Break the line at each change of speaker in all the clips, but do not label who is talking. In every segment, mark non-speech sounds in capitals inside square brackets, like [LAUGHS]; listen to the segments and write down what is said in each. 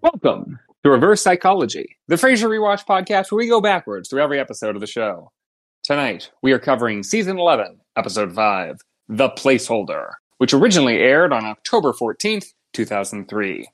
Welcome to Reverse Psychology, the Frasier Rewatch podcast where we go backwards through every episode of the show. Tonight, we are covering Season 11, Episode 5, The Placeholder, which originally aired on October 14th, 2003.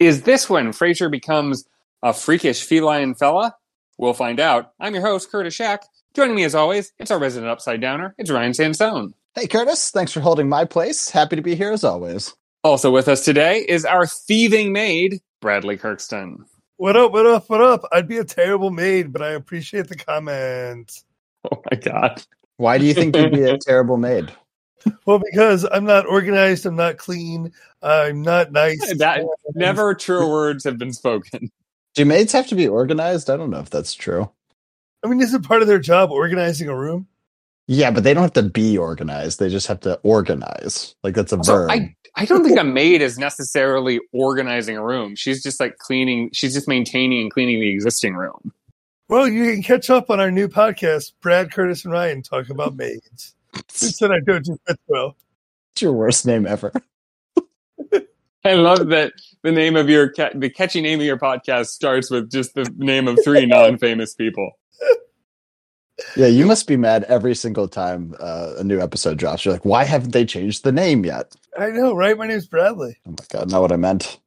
Is this when Frasier becomes a freakish feline fella? We'll find out. I'm your host, Curtis Shack. Joining me as always, it's our resident upside downer, it's Ryan Sansone.
Hey, Curtis. Thanks for holding my place. Happy to be here as always.
Also with us today is our thieving maid, Bradley Kirkston.
What up, what up, what up? I'd be a terrible maid, but I appreciate the comment.
Oh my god.
Why do you think you'd be a terrible maid?
Well, because I'm not organized, I'm not clean, I'm not nice.
[LAUGHS] That never true words have been spoken.
Do maids have to be organized? I don't know if that's true.
I mean, isn't part of their job organizing a room?
Yeah, but they don't have to be organized. They just have to organize. Like that's a
So
verb.
I I don't think a maid is necessarily organizing a room. She's just like cleaning, she's just maintaining and cleaning the existing room.
Well, you can catch up on our new podcast, Brad, Curtis, and Ryan talk about maids. Who said I don't do that well?
It's your worst name ever. [LAUGHS]
I love that the name of your ca- the catchy name of your podcast starts with just the name of [LAUGHS] three non-famous people.
Yeah, you must be mad every single time uh, a new episode drops. You're like, why haven't they changed the name yet?
I know, right? My name's Bradley.
Oh my god, not what I meant.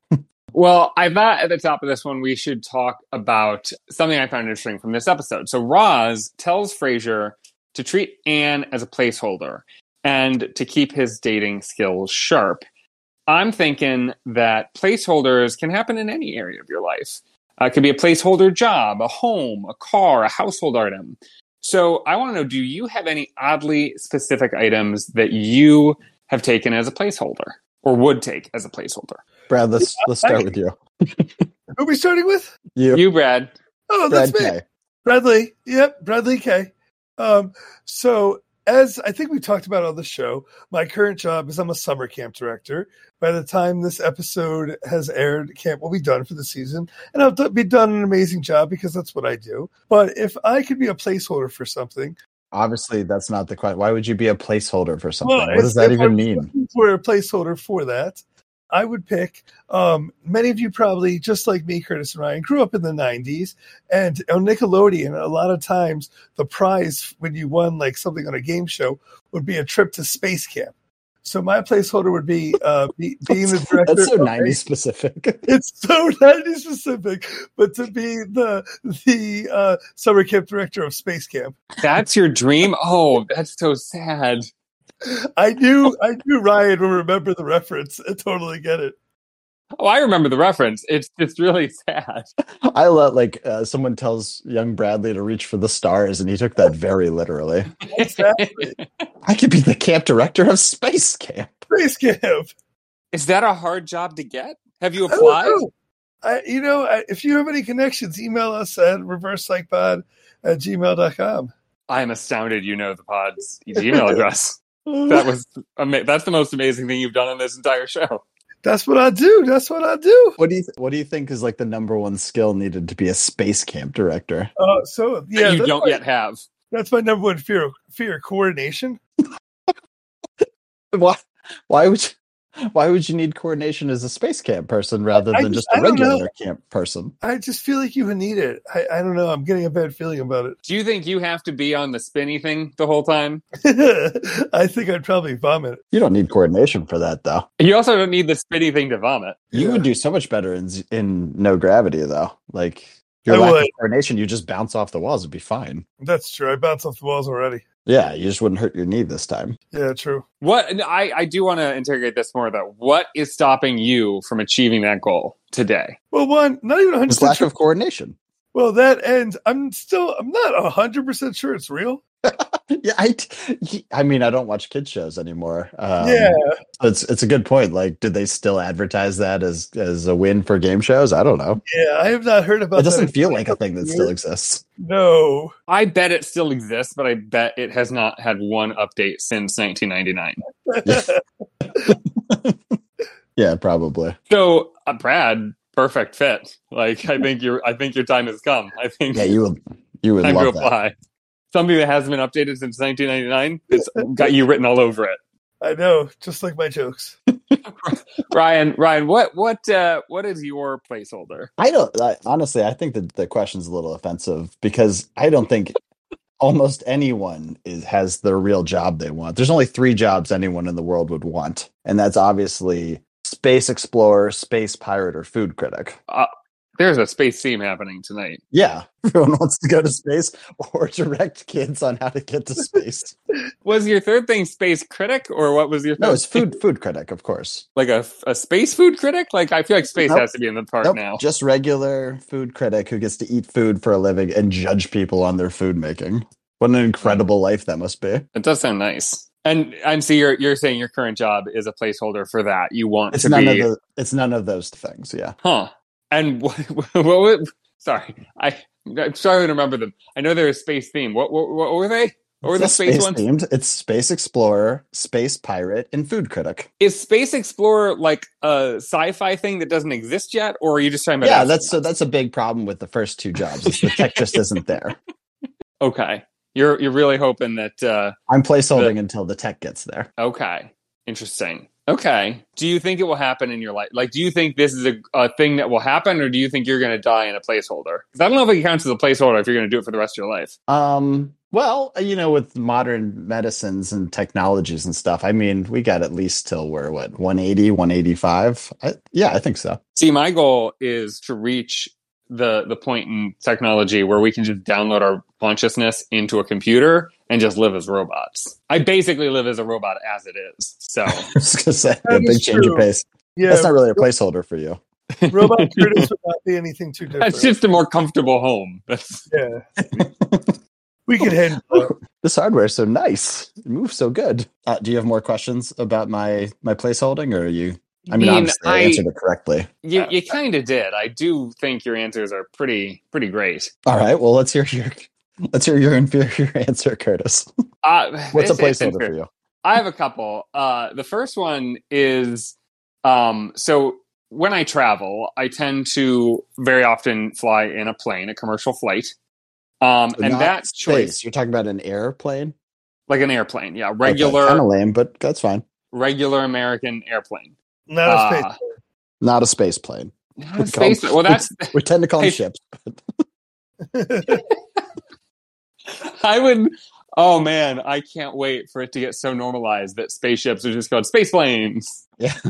Well, I thought at the top of this one we should talk about something I found interesting from this episode. So Roz tells Frasier to treat Anne as a placeholder and to keep his dating skills sharp. I'm thinking that placeholders can happen in any area of your life. Uh, it could be a placeholder job, a home, a car, a household item. So I want to know do you have any oddly specific items that you have taken as a placeholder or would take as a placeholder?
Brad, let's let's start with you.
Who are we starting with?
You,
You, Brad.
Oh,
Brad
that's me.
K.
Bradley. Yep, Bradley K. Um, so as I think we talked about on the show, my current job is I'm a summer camp director. By the time this episode has aired, camp will be done for the season, and I'll do- be done an amazing job because that's what I do. But if I could be a placeholder for something,
Obviously, that's not the question. Why would you be a placeholder for something?
Well,
what does
if-
that
if
even
I'm
mean?
looking for a placeholder for that, I would pick. Um, many of you probably, just like me, Curtis and Ryan, grew up in the '90s, and on Nickelodeon, a lot of times the prize when you won like something on a game show would be a trip to space camp. So my placeholder would be, uh,
[LAUGHS]
be being the director.
That's so
of a-
90s specific.
it's so [LAUGHS] 90s specific, but to be the the uh, summer camp director of space camp.
That's your dream? Oh, that's so sad.
I knew I knew Ryan would remember the reference. I totally get it.
Oh, I remember the reference. It's it's really sad.
I love like uh, someone tells young Bradley to reach for the stars, and he took that very literally.
Exactly.
I could be the camp director of space camp.
Space camp.
[LAUGHS] Is that a hard job to get? Have you
I don't
applied?
know. Oh, I, you know, I, if you have any connections, email us at reversepsychpod at gmail.com.
I am astounded. You know the pod's email address. That was ama- that's the most amazing thing you've done on this entire show.
That's what I do. That's what I do.
What do you What do you think is like the number one skill needed to be a space camp director?
Uh, so,
that
yeah,
you
that's
don't
my,
yet have.
That's my number one fear fear coordination.
Why Why would you, Why would you need coordination as a space camp person rather
I
than
just-
just a
I don't know.
regular camp person?
I just feel like you would need it. I, I don't know. I'm getting a bad feeling about it.
Do you think you have to be on the spinny thing the whole time?
[LAUGHS] I think I'd probably vomit.
You don't need coordination for that, though.
You also don't need the spinny thing to vomit.
You
Yeah.
would do so much better in z- in no gravity, though. Like
I
your lack of
would.
coordination, you just bounce off the walls. It'd be fine.
That's true. I bounced off the walls already.
Yeah, you just wouldn't hurt your knee this time.
Yeah, true.
What and I, I do want to interrogate this more though. What is stopping you from achieving that goal today?
Well, one, not even 100%
It's lack of coordination.
Well, that ends. I'm still. I'm not hundred percent sure it's real.
Yeah, I, t- I mean, I don't watch kids shows anymore. Um,
yeah,
so it's it's a good point. Like, did they still advertise that as as a win for game shows? I don't know.
yeah. I have not heard about.
It doesn't
that.
feel like a thing that still
years.
exists.
No,
I bet it still exists, but I bet it has not had one update since 1999.
[LAUGHS]
Yeah, probably.
So, uh, Brad, perfect fit. Like, I think your I think your time has come. I think [LAUGHS]
Yeah, you would you would
time to
love that.
apply. Something that hasn't been updated since 1999, it's got you written all over it.
I know. Just like my jokes.
Ryan, Ryan, what what uh, what is your placeholder?
I don't I, honestly. I think that the question's a little offensive because I don't think almost anyone is has the real job they want. There's only three jobs anyone in the world would want, and that's obviously space explorer, space pirate, or food critic.
Uh, there's a space theme happening tonight.
Yeah, [LAUGHS] everyone wants to go to space or direct kids on how to get to space.
was your third thing space critic, or what was your? Third
No, it's food food critic, of course.
[LAUGHS] like a, a space food critic. Like I feel like space
Nope.
has to be in the part
Nope,
now.
just regular food critic who gets to eat food for a living and judge people on their food making. What an incredible life that must be.
It does sound nice. And and so you're you're saying your current job is a placeholder for that. You want
It's
to
none
be,
of the, it's none of those things. Yeah.
huh? And [LAUGHS] what, what, what? Sorry, I I'm sorry to remember them. I know they're a space theme. What what, what were they? What were
It's
the
not
space, ones?
themed. It's space explorer, space pirate, and food critic.
Is Space Explorer like a sci-fi thing that doesn't exist yet, or are you just talking about?
yeah,
astronauts?
that's so that's a big problem with the first two jobs. Is the tech just isn't there.
okay. You're you're really hoping that. uh [LAUGHS]
I'm placeholding until the tech gets there.
Okay. Interesting. Okay. Do you think it will happen in your life? Like, do you think this is a, a thing that will happen, or do you think you're going to die in a placeholder? Because I don't know if it counts as a placeholder if you're going to do it for the rest of your life.
Um, well, you know, with modern medicines and technologies and stuff, I mean, we got at least till we're what 180, 185. I, yeah, I think so. [LAUGHS]
See, my goal is to reach the the point in technology where we can just download our consciousness into a computer and just live as robots. I basically live as a robot as it is. So
I was gonna say a
That
big
is
change of
true.
pace.
Yeah,
That's not really a placeholder for you.
robot Curtis would not be
[LAUGHS]
anything too different.
that's just a more comfortable home. That's
yeah, we could head.
[LAUGHS] This hardware is so nice. It moves so good. Uh, do you have more questions about my my placeholding, or are you? I mean, obviously, I answered it correctly.
you, you kind of did. I do think your answers are pretty pretty great.
All right. Well, let's hear your let's hear your inferior [LAUGHS] answer, Curtis.
Uh,
What's a
this is
placeholder for
inter-
you?
I have a couple. Uh, the first one is um, so when I travel, I tend to very often fly in a plane, a commercial flight. Um, and
Not
that
space.
choice,
You're talking about an airplane,
like an airplane, yeah, regular,
kind of lame, but that's fine.
regular American airplane.
Not a space.
Uh,
Not a space plane.
not a space-
Come-
well, that's
We tend to call
Hey.
them ships.
[LAUGHS] I would. Oh man, I can't wait for it to get so normalized that spaceships are just called space planes.
[LAUGHS]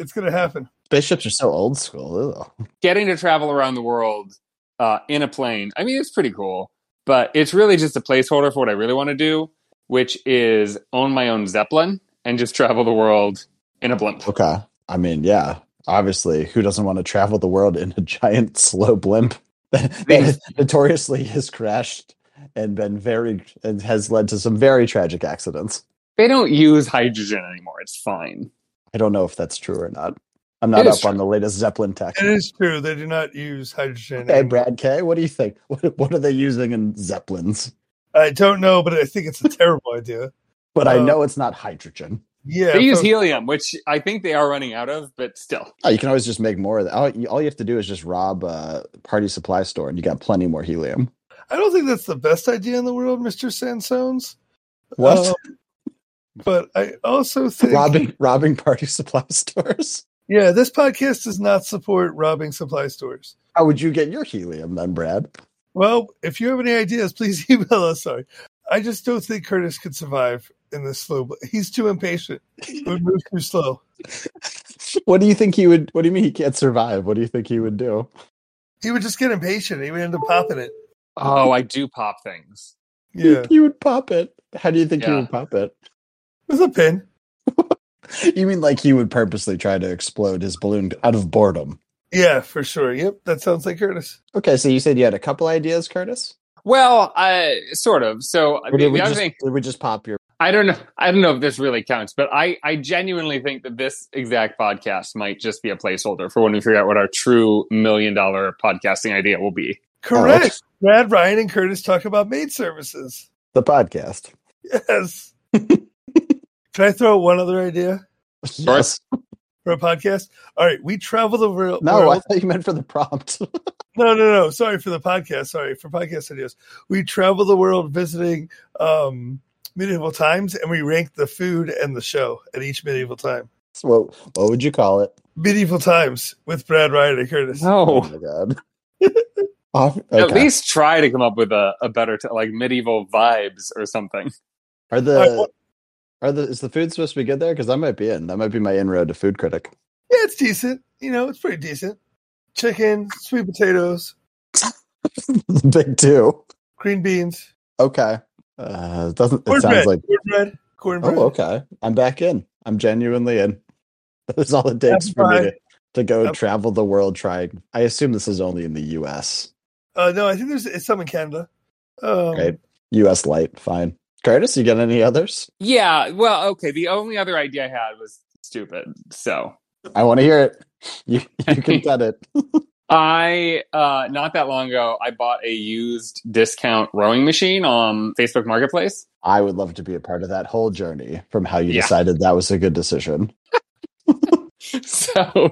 It's gonna happen.
Spaceships are so old school. Ew.
getting to travel around the world uh, in a plane. I mean, it's pretty cool, but it's really just a placeholder for what I really want to do, which is own my own zeppelin and just travel the world in a blimp.
Okay. I mean, yeah. Obviously, who doesn't want to travel the world in a giant [LAUGHS] slow blimp that, that notoriously has crashed and been very and has led to some very tragic accidents?
They don't use hydrogen anymore. It's fine.
I don't know if that's true or not. I'm not
It is
up on the latest Zeppelin tech.
It is true. They do not use hydrogen.
Hey,
anymore.
Brad K, what do you think? [LAUGHS] What, what are they using in Zeppelins?
I don't know, but I think it's a terrible [LAUGHS] idea.
But I
Uh,
know it's not hydrogen.
Yeah,
they use
folks,
helium, which I think they are running out of, but still.
Oh, you can always just make more of that. All you, all you have to do is just rob a party supply store and you got plenty more helium.
I don't think that's the best idea in the world, Mister Sansones.
What? [LAUGHS]
Um, but I also think
robbing robbing party [LAUGHS] supply stores?
Yeah, this podcast does not support robbing supply stores.
How would you get your helium then, Brad? [LAUGHS]
Well, if you have any ideas, [LAUGHS] please email us. Sorry, I just don't think Curtis could survive in this slow. bl- He's too impatient. He would move too slow.
What do you think he would? What do you mean he can't survive? What do you think he would do?
He would just get impatient. He would end up popping it.
Oh, I do pop things.
Yeah,
He, he would pop it. How do you think he
Yeah.
would pop it?
with a pin.
You mean like he would purposely try to explode his balloon out of boredom?
Yeah, for sure. Yep, that sounds like Curtis.
Okay, so you said you had a couple ideas, Curtis.
Well, I sort of. So
Or
the,
did,
the
we
other
just,
thing,
did we just pop your?
I don't know. I don't know if this really counts, but I, I genuinely think that this exact podcast might just be a placeholder for when we figure out what our true million dollar podcasting idea will be.
Correct.
okay.
Brad, Ryan, and Curtis talk about maid services.
The podcast. [LAUGHS]
Yes. Can I throw out one other idea
course.
for a podcast? All right, we travel the world.
No,
world-
I thought you meant for the prompt. [LAUGHS]
No, no, no. Sorry for the podcast. Sorry for podcast ideas. We travel the world visiting um, medieval times, and we rank the food and the show at each medieval time.
So what, what would you call it?
Medieval Times with Brad Ryan and Curtis.
Oh,
No.
my god. [LAUGHS] Oh,
At
okay.
least try to come up with a, a better, t- like medieval vibes or something.
are
All right,
the are the is the food supposed to be good there? Because I might be in. That might be my inroad to food critic. [LAUGHS]
Yeah, it's decent. You know, it's pretty decent. Chicken, sweet potatoes,
Big two.
green beans,
Okay. Uh, doesn't it
cornbread,
sounds like?
cornbread, cornbread.
Oh, okay. I'm back in. I'm genuinely in. [LAUGHS] That's all it takes
That's
for me
fine.
to, to go
That's-
travel the world. Trying. I assume this is only in the U.S.
Uh, no, I think there's it's some in Canada. Um,
Right. U.S. light. Fine. Curtis, you got any others?
Yeah. Well, okay. The only other idea I had was stupid. So
I want to hear it. You [LAUGHS] you can cut it.
I uh not that long ago I bought a used discount rowing machine on Facebook Marketplace.
I would love to be a part of that whole journey from how you
Yeah.
decided that was a good decision.
[LAUGHS] So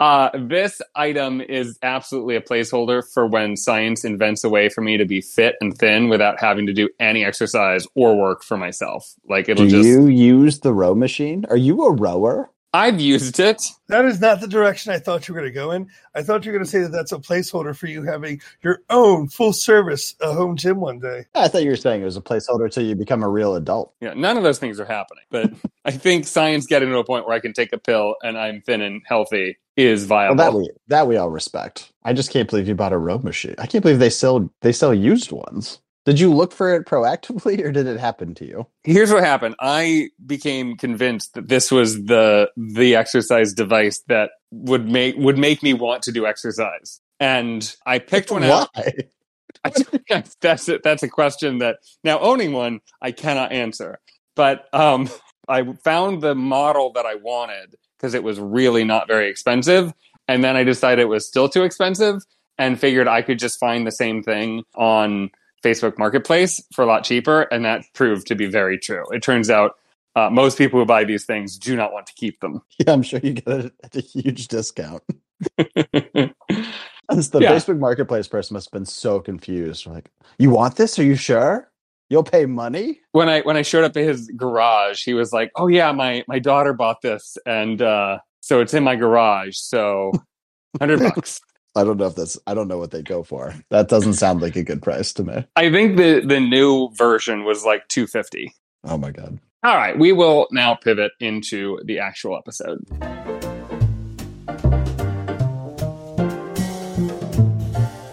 uh this item is absolutely a placeholder for when science invents a way for me to be fit and thin without having to do any exercise or work for myself. Like it'll
Do
just
you use the row machine? Are you a rower?
I've used it.
That is not the direction I thought you were going to go in. I thought you were going to say that that's a placeholder for you having your own full service uh, home gym one day.
I thought you were saying it was a placeholder till you become a real adult.
Yeah, none of those things are happening. But I think science getting to a point where I can take a pill and I'm thin and healthy is
Well,
viable.
that we that we all respect. I just can't believe you bought a row machine. I can't believe they sell they sell used ones. Did you look for it proactively, or did it happen to you?
Here's what happened. I became convinced that this was the the exercise device that would make would make me want to do exercise. And I picked one
Why?
out. [LAUGHS] that's a, that's a question that now owning one I cannot answer. But um, [LAUGHS] I found the model that I wanted because it was really not very expensive, and then I decided it was still too expensive, and figured I could just find the same thing on Facebook Marketplace for a lot cheaper, and that proved to be very true. It turns out uh, most people who buy these things do not want to keep them.
Yeah, I'm sure you got it at a huge discount. As the
Yeah.
Facebook Marketplace person must have been so confused. Like, you want this? Are you sure? You'll pay money?
when I when I showed up at his garage, he was like, "Oh yeah, my my daughter bought this, and uh, so it's in my garage. So hundred bucks."
I don't know if that's. I don't know what they go for. That doesn't sound like a good price to me.
I think the the new version was like two fifty.
Oh my god.
All right, we will now pivot into the actual episode.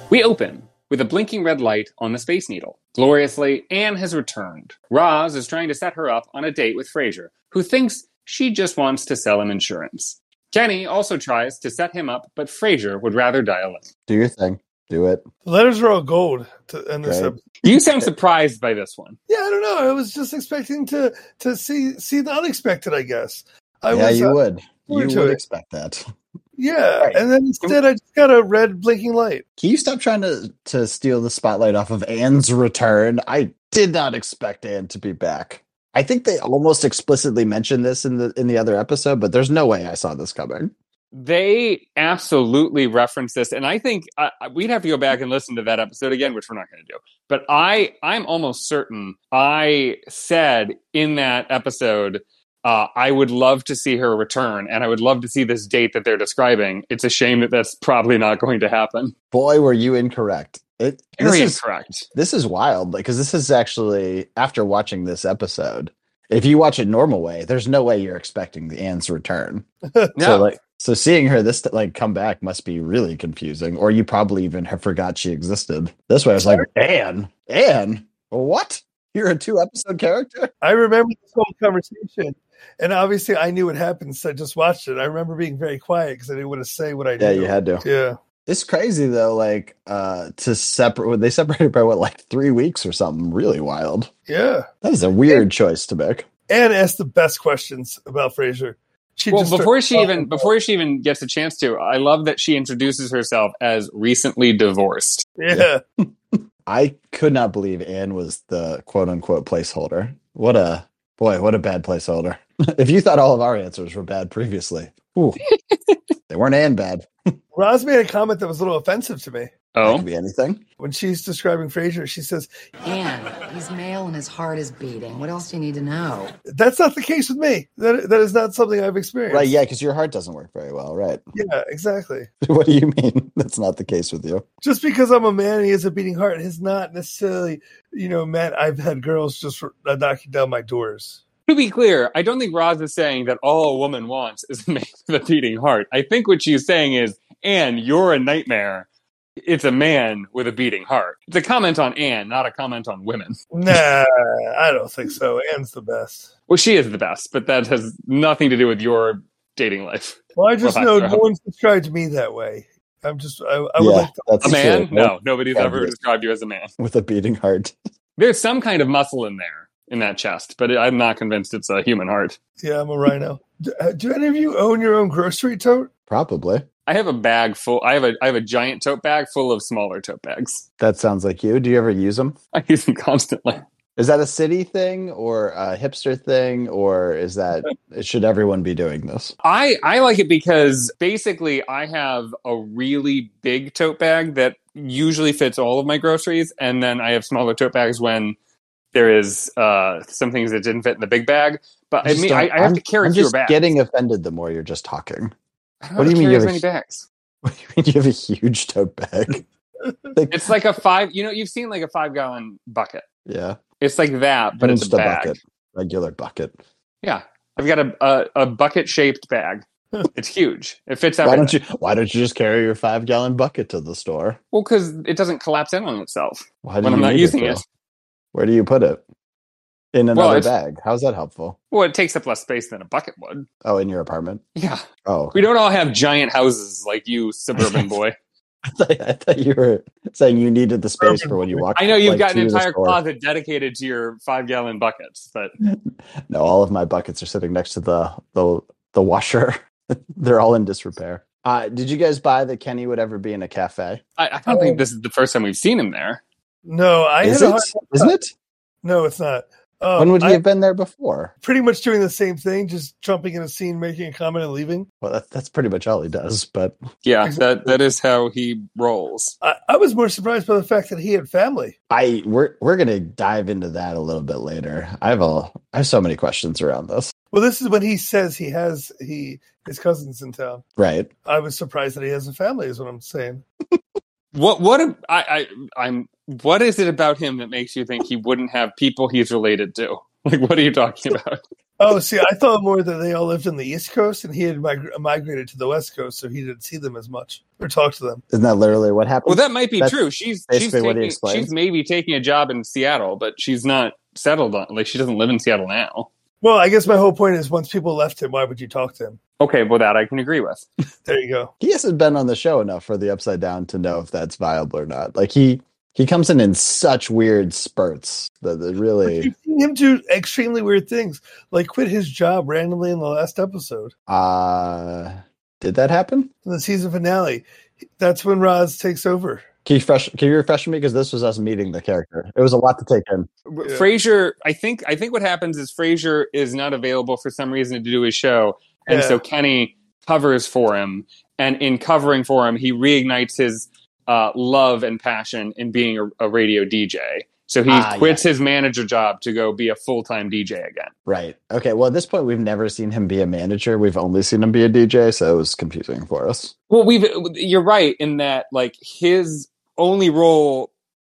We open with a blinking red light on the Space Needle. Gloriously, Anne has returned. Roz is trying to set her up on a date with Fraser, who thinks she just wants to sell him insurance. Kenny also tries to set him up, but Fraser would rather dial in.
Do your thing. Do it.
The letters are all gold to end this
Right.
episode.
You sound surprised by this one.
Yeah, I don't know. I was just expecting to to see see the unexpected. I guess. I
yeah,
was,
you
uh,
would.
forward
You
to
would
it.
expect that.
yeah,
Right.
and then instead I just got a red blinking light.
Can you stop trying to to steal the spotlight off of Anne's return? I did not expect Anne to be back. I think they almost explicitly mentioned this in the in the other episode, but there's no way I saw this coming.
They absolutely reference this, and I think uh, we'd have to go back and listen to that episode again, which we're not going to do. But I, I'm almost certain I said in that episode, uh, I would love to see her return, and I would love to see this date that they're describing. It's a shame that that's probably not going to happen.
Boy, were you incorrect. It this
Very
is
incorrect.
this is wild because this is actually after watching this episode. If you watch it normal way, there's no way you're expecting the Anne's return.
No,
[LAUGHS] So like so seeing her this like come back must be really confusing, or you probably even have forgot she existed. This way, I was like, Anne, Anne, what? You're a two episode character.
I remember this whole conversation, and obviously I knew what happened, so I just watched it. I remember being very quiet because I didn't want to say what I
Yeah,
knew.
you had to.
Yeah,
It's crazy though, like uh to separate. They separated by what, like three weeks or something? Really wild.
yeah.
That is a weird choice to make.
Anne asked the best questions about Frasier. She
well,
just
before she
started-
even before she even gets a chance to, I love that she introduces herself as recently divorced.
yeah,
I could not believe Anne was the quote unquote placeholder. What a boy, what a bad placeholder. [LAUGHS] if you thought all of our answers were bad [LAUGHS] previously, ooh, they weren't Anne bad.
Roz made a comment that was a little offensive to me.
That
Oh,
could be anything.
When she's describing Frasier, she says,
And he's male and his heart is beating. What else do you need to know?
That's not the case with me. That, that is not something I've experienced.
Right. Yeah. Because your heart doesn't work very well. Right. [LAUGHS]
Yeah, exactly.
what do you mean? [LAUGHS] That's not the case with you.
Just because I'm a man and he has a beating heart has not necessarily, you know, meant I've had girls just for, uh, knocking down my doors.
to be clear, I don't think Roz is saying that all a woman wants is [LAUGHS] a man with a beating heart. I think what she's saying is, Anne, you're a nightmare. It's a man with a beating heart. It's a comment on Anne, not a comment on women.
Nah, I don't think so. Anne's the best.
Well, she is the best, but that has nothing to do with your dating life.
Well, I just
Well,
know
that's
no
right.
one's described me that way. I'm just, I, I would
yeah.
like to.
that's
A man?
true.
No, nobody's
Yeah,
ever
yeah.
described you as a man.
With a beating heart.
There's some kind of muscle in there, in that chest, but I'm not convinced it's a human heart.
Yeah, I'm a rhino. do, uh, do any of you own your own grocery tote?
Probably.
I have a bag full. I have a I have a giant tote bag full of smaller tote bags. [LAUGHS]
That sounds like you. Do you ever use them?
I use them constantly.
Is that a city thing or a hipster thing or is that should everyone be doing this?
I I like it because basically I have a really big tote bag that usually fits all of my groceries, and then I have smaller tote bags when there is uh, some things that didn't fit in the big bag. But I
just
mean,
don't-
I, I have
I'm-
to carry
I'm
fewer
just
bags.
getting offended the more you're just talking. [LAUGHS]
I don't
what do
have
you
to carry
mean you
as
have a
many bags?
What do you mean you have a huge
[LAUGHS]
tote bag? Like,
It's like a five. You know, you've seen like a five gallon bucket.
yeah,
It's like that, but it's
just
a bag.
bucket, regular bucket.
Yeah, I've got a a, a bucket shaped bag. it's huge. It fits
Why
everything.
don't you? Why don't you just carry your five gallon bucket to the store?
Well, because it doesn't collapse in on itself.
Why do
When
you
I'm not
need
using
though?
it.
Where do you put it? In
Well,
another
it's-
bag. How's that helpful?
Well, it takes up less space than a bucket would.
Oh, in your apartment.
Yeah,
Oh,
we don't all have giant houses like you,
[LAUGHS]
suburban boy.
I thought, [LAUGHS] I thought you were saying you needed the space for when you walk.
I know you've
like,
got an
to the
entire
store.
closet dedicated to your five gallon buckets, but
No, all of my buckets are sitting next to the the the washer. [LAUGHS] They're all in disrepair. Uh, did you guys buy that Kenny would ever be in a cafe?
I, I don't
Oh.
think this is the first time we've seen him there.
No, I
Is
had a
it?
hard,
Isn't it?
no, it's not.
Oh,
Um,
when would he
I-
have been there before?
pretty much doing the same thing, just jumping in a scene, making a comment, and leaving.
Well, that, that's pretty much all he does. But [LAUGHS]
Yeah, that that is how he rolls.
I, I was more surprised by the fact that he had family.
I we're we're gonna dive into that a little bit later. I have a I have so many questions around this.
Well, this is when he says he has he his cousins in town.
Right?
I was surprised that he has a family. Is what I'm saying.
What what am- I, I I'm what is it about him that makes you think he wouldn't have people he's related to? [LAUGHS] Like, what are you
[LAUGHS]
talking about?
Oh, see, I thought more that they all lived in the East Coast and he had mig- migrated to the West Coast, so he didn't see them as much or talk to them.
Isn't that literally what
Well,
happened?
that might be
That's
true. She's she's
basically what he
taking,
explained.
she's maybe taking a job in Seattle, but she's not settled on like she doesn't live in Seattle now.
Well, I guess my whole point is once people left him, why would you talk to him?
Okay, well that I can agree with.
There you go.
he hasn't been on the show enough for the Upside Down to know if that's viable or not. Like he he comes in in such weird spurts that it really
You've seen him do extremely weird things, like quit his job randomly in the last episode,
uh did that happen?
in the season finale. That's when Roz takes over.
Can you fresh can you refresh me? Because this was us meeting the character. It was a lot to take in.
Frasier,
Yeah.
Fraser, I think I think what happens is Frasier is not available for some reason to do his show, and
Yeah.
so Kenny covers for him. And in covering for him, he reignites his uh, love and passion in being a, a radio DJ. So he
Ah,
quits his manager job to go be a full time DJ again.
Right. Okay. Well, at this point, we've never seen him be a manager. We've only seen him be a DJ, so it was confusing for us.
Well, we've you're right in that like his only role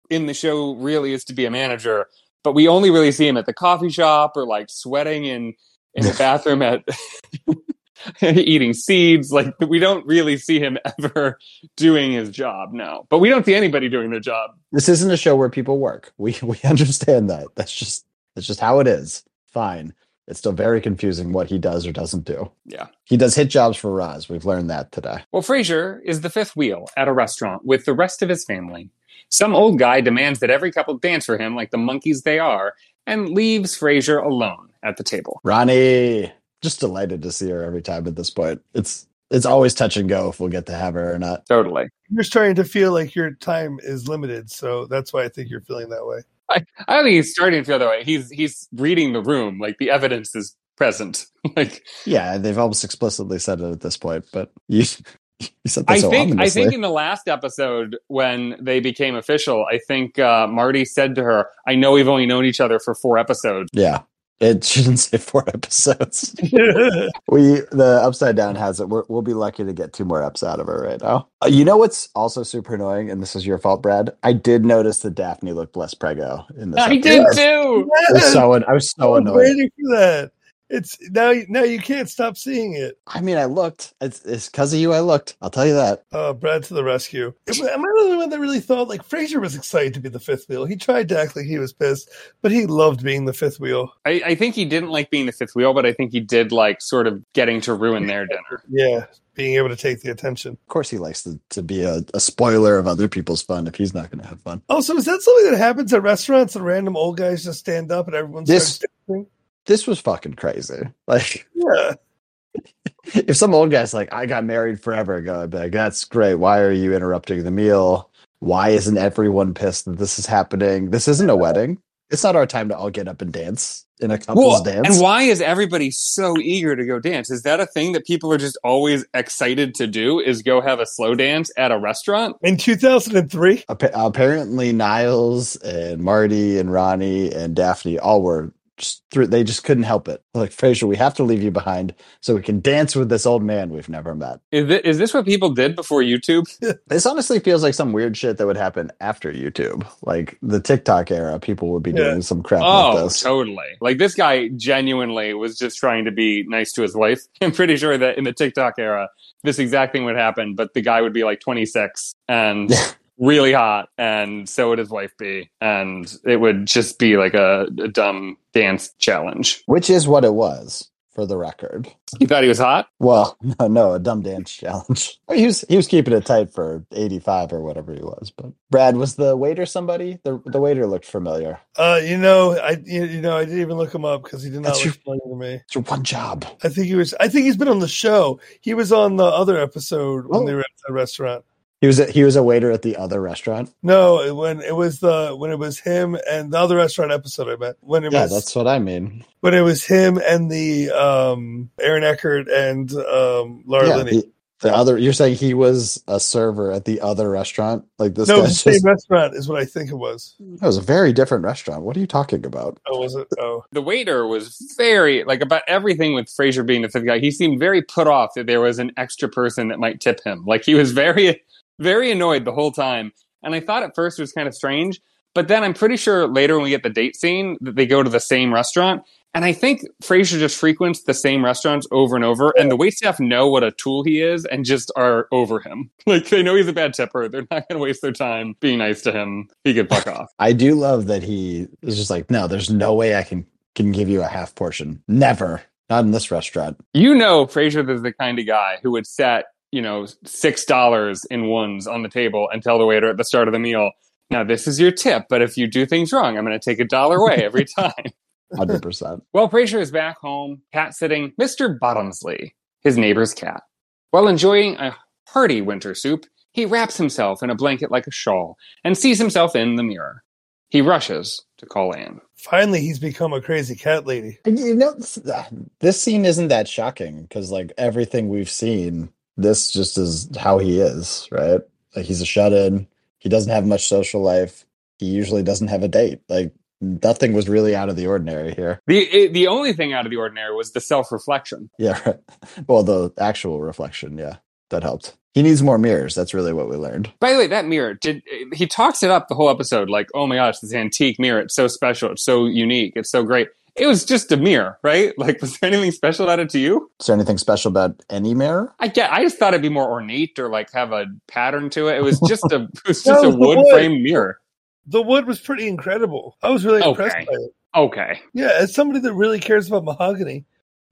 in the show really is to be a manager, but we only really see him at the coffee shop or like sweating in in the bathroom at [LAUGHS] eating seeds. Like we don't really see him [LAUGHS] ever doing his job. No, but we don't see anybody doing their job.
This isn't a show where people work. We [LAUGHS] we understand that. That's just that's just how it is. Fine. It's still very confusing what he does or doesn't do.
Yeah.
He does hit jobs for Roz. We've learned that today.
Well, Frasier is the fifth wheel at a restaurant with the rest of his family. Some old guy demands that every couple dance for him like the monkeys they are, and leaves Frasier alone at the table.
Ronnie, just delighted to see her every time at this point. It's it's always touch and go if we'll get to have her or not.
Totally.
You're starting to feel like your time is limited, so that's why I think you're feeling
[LAUGHS]
that way.
I don't think he's starting to feel that way. He's he's reading the room. Like the evidence is present. [LAUGHS] Like
Yeah, they've almost explicitly said it at this point, but [LAUGHS] you You said that
I
so
think I
ominously.
think in the last episode when they became official, I think uh, Marty said to her, "I know we've only known each other for four episodes."
yeah. It shouldn't say four [LAUGHS] episodes. We the upside down has it. We're, we'll be lucky to get two more eps out of her right now. Uh, you know what's also super annoying, and this is your fault, Brad. I did notice that Daphne looked less prego in this.
I did
episode.
too. Oh,
I was so an- I was
I
so
was
annoyed.
waiting for that. It's now now you can't stop seeing it.
I mean, I looked. It's it's because of you. I looked. I'll tell you that.
Uh, Brad to the rescue. Am I am I the only one that really thought like Frazier was excited to be the fifth wheel? He tried to act like he was pissed, but he loved being the fifth wheel.
I, I think he didn't like being the fifth wheel, but I think he did like sort of getting to ruin their dinner.
Yeah, being able to take the attention.
Of course, he likes to, to be a, a spoiler of other people's fun if he's not going to have fun.
Also, is that something that happens at restaurants and random old guys just stand up and everyone
This-
starts dancing?
This was fucking crazy. [LAUGHS] Like,
Yeah.
if some old guy's like, I got married forever ago, I'd be like, that's great. Why are you interrupting the meal? Why isn't everyone pissed that this is happening? This isn't a wedding. It's not our time to all get up and dance in a couple's
Well,
dance.
and why is everybody so eager to go dance? Is that a thing that people are just always excited to do? Is go have a slow dance at a restaurant?
In 2003,
Appa- apparently, Niles and Marty and Ronnie and Daphne all were just through. They just couldn't help it. Like, Frazier, we have to leave you behind so we can dance with this old man we've never met.
Is this, is this what people did before YouTube?
This honestly feels like some weird shit that would happen after YouTube, like the TikTok era. People would be
Yeah.
doing some crap like
Oh,
this.
totally. Like this guy genuinely was just trying to be nice to his wife. [LAUGHS] I'm pretty sure that in the TikTok era, this exact thing would happen, but the guy would be like 26 and really hot, and so would his wife be. And it would just be like a, a dumb dance challenge.
Which is what it was, for the record.
He thought he was hot?
Well, [LAUGHS] no, no, a dumb dance challenge. [LAUGHS] I mean, he was he was keeping it tight for eighty five or whatever he was. But Brad was the waiter. Somebody the the waiter looked familiar.
uh, you know, I you, you know I didn't even look him up because he did not
That's
look funny to me.
It's your one job.
I think he was. I think he's been on the show. He was on the other episode when
Oh.
they were at the restaurant.
He was a, he was a waiter at the other restaurant.
No, when it was the when it was him and the other restaurant episode. I bet when it
Yeah,
was
that's what I mean.
when it was him and the um Aaron Eckert and um Laura
Yeah,
Linney.
the, the other. You're saying he was a server at the other restaurant. Like this
no, it
guy's
was the same
just.
restaurant is what I think it was.
That was a very different restaurant. What are you talking about?
Oh, was it? Oh,
The waiter was very, like, about everything with Fraser being the fifth guy. He seemed very put off that there was an extra person that might tip him. Like, he was [LAUGHS] very, very annoyed the whole time. And I thought at first it was kind of strange. But then I'm pretty sure later when we get the date scene that they go to the same restaurant. And I think Fraser just frequents the same restaurants over and over. And the waitstaff know what a tool he is and just are over him. [LAUGHS] Like, they know he's a bad tipper. They're not going to waste their time being nice to him. He could fuck [LAUGHS] off.
I do love that he is just like, no, there's no way I can can give you a half portion. Never. Not in this restaurant.
you know Fraser is the kind of guy who would set, you know, six dollars in ones on the table and tell the waiter at the start of the meal, now this is your tip, but if you do things wrong, I'm gonna take a dollar away every time.
Hundred percent.
well, Fraser is back home, cat sitting Mr. Bottomsley, his neighbor's cat. While enjoying a hearty winter soup, he wraps himself in a blanket like a shawl and sees himself in the mirror. He rushes to call Anne.
finally, he's become a crazy cat lady.
You know, this, this scene isn't that shocking because, like, everything we've seen, this just is how he is, right? Like, he's a shut in. He doesn't have much social life. He usually doesn't have a date. Like, nothing was really out of the ordinary here. [LAUGHS]
The it, the only thing out of the ordinary was the self reflection.
Yeah. Right. Well, the actual reflection. Yeah. That helped. He needs more mirrors. That's really what we learned.
By the way, that mirror did he talks it up the whole episode like, "Oh my gosh, this antique mirror, it's so special, it's so unique, it's so great." It was just a mirror, right? [LAUGHS] Like was there anything special about it to you?
Is there anything special about any mirror?
I get I just thought it'd be more ornate or like have a pattern to it. It was just a [LAUGHS] it was
No, [LAUGHS]
just a
it's the
wood
wood.
frame mirror.
The wood was pretty incredible. I was really
Okay.
impressed by it.
Okay.
Yeah, as somebody that really cares about mahogany,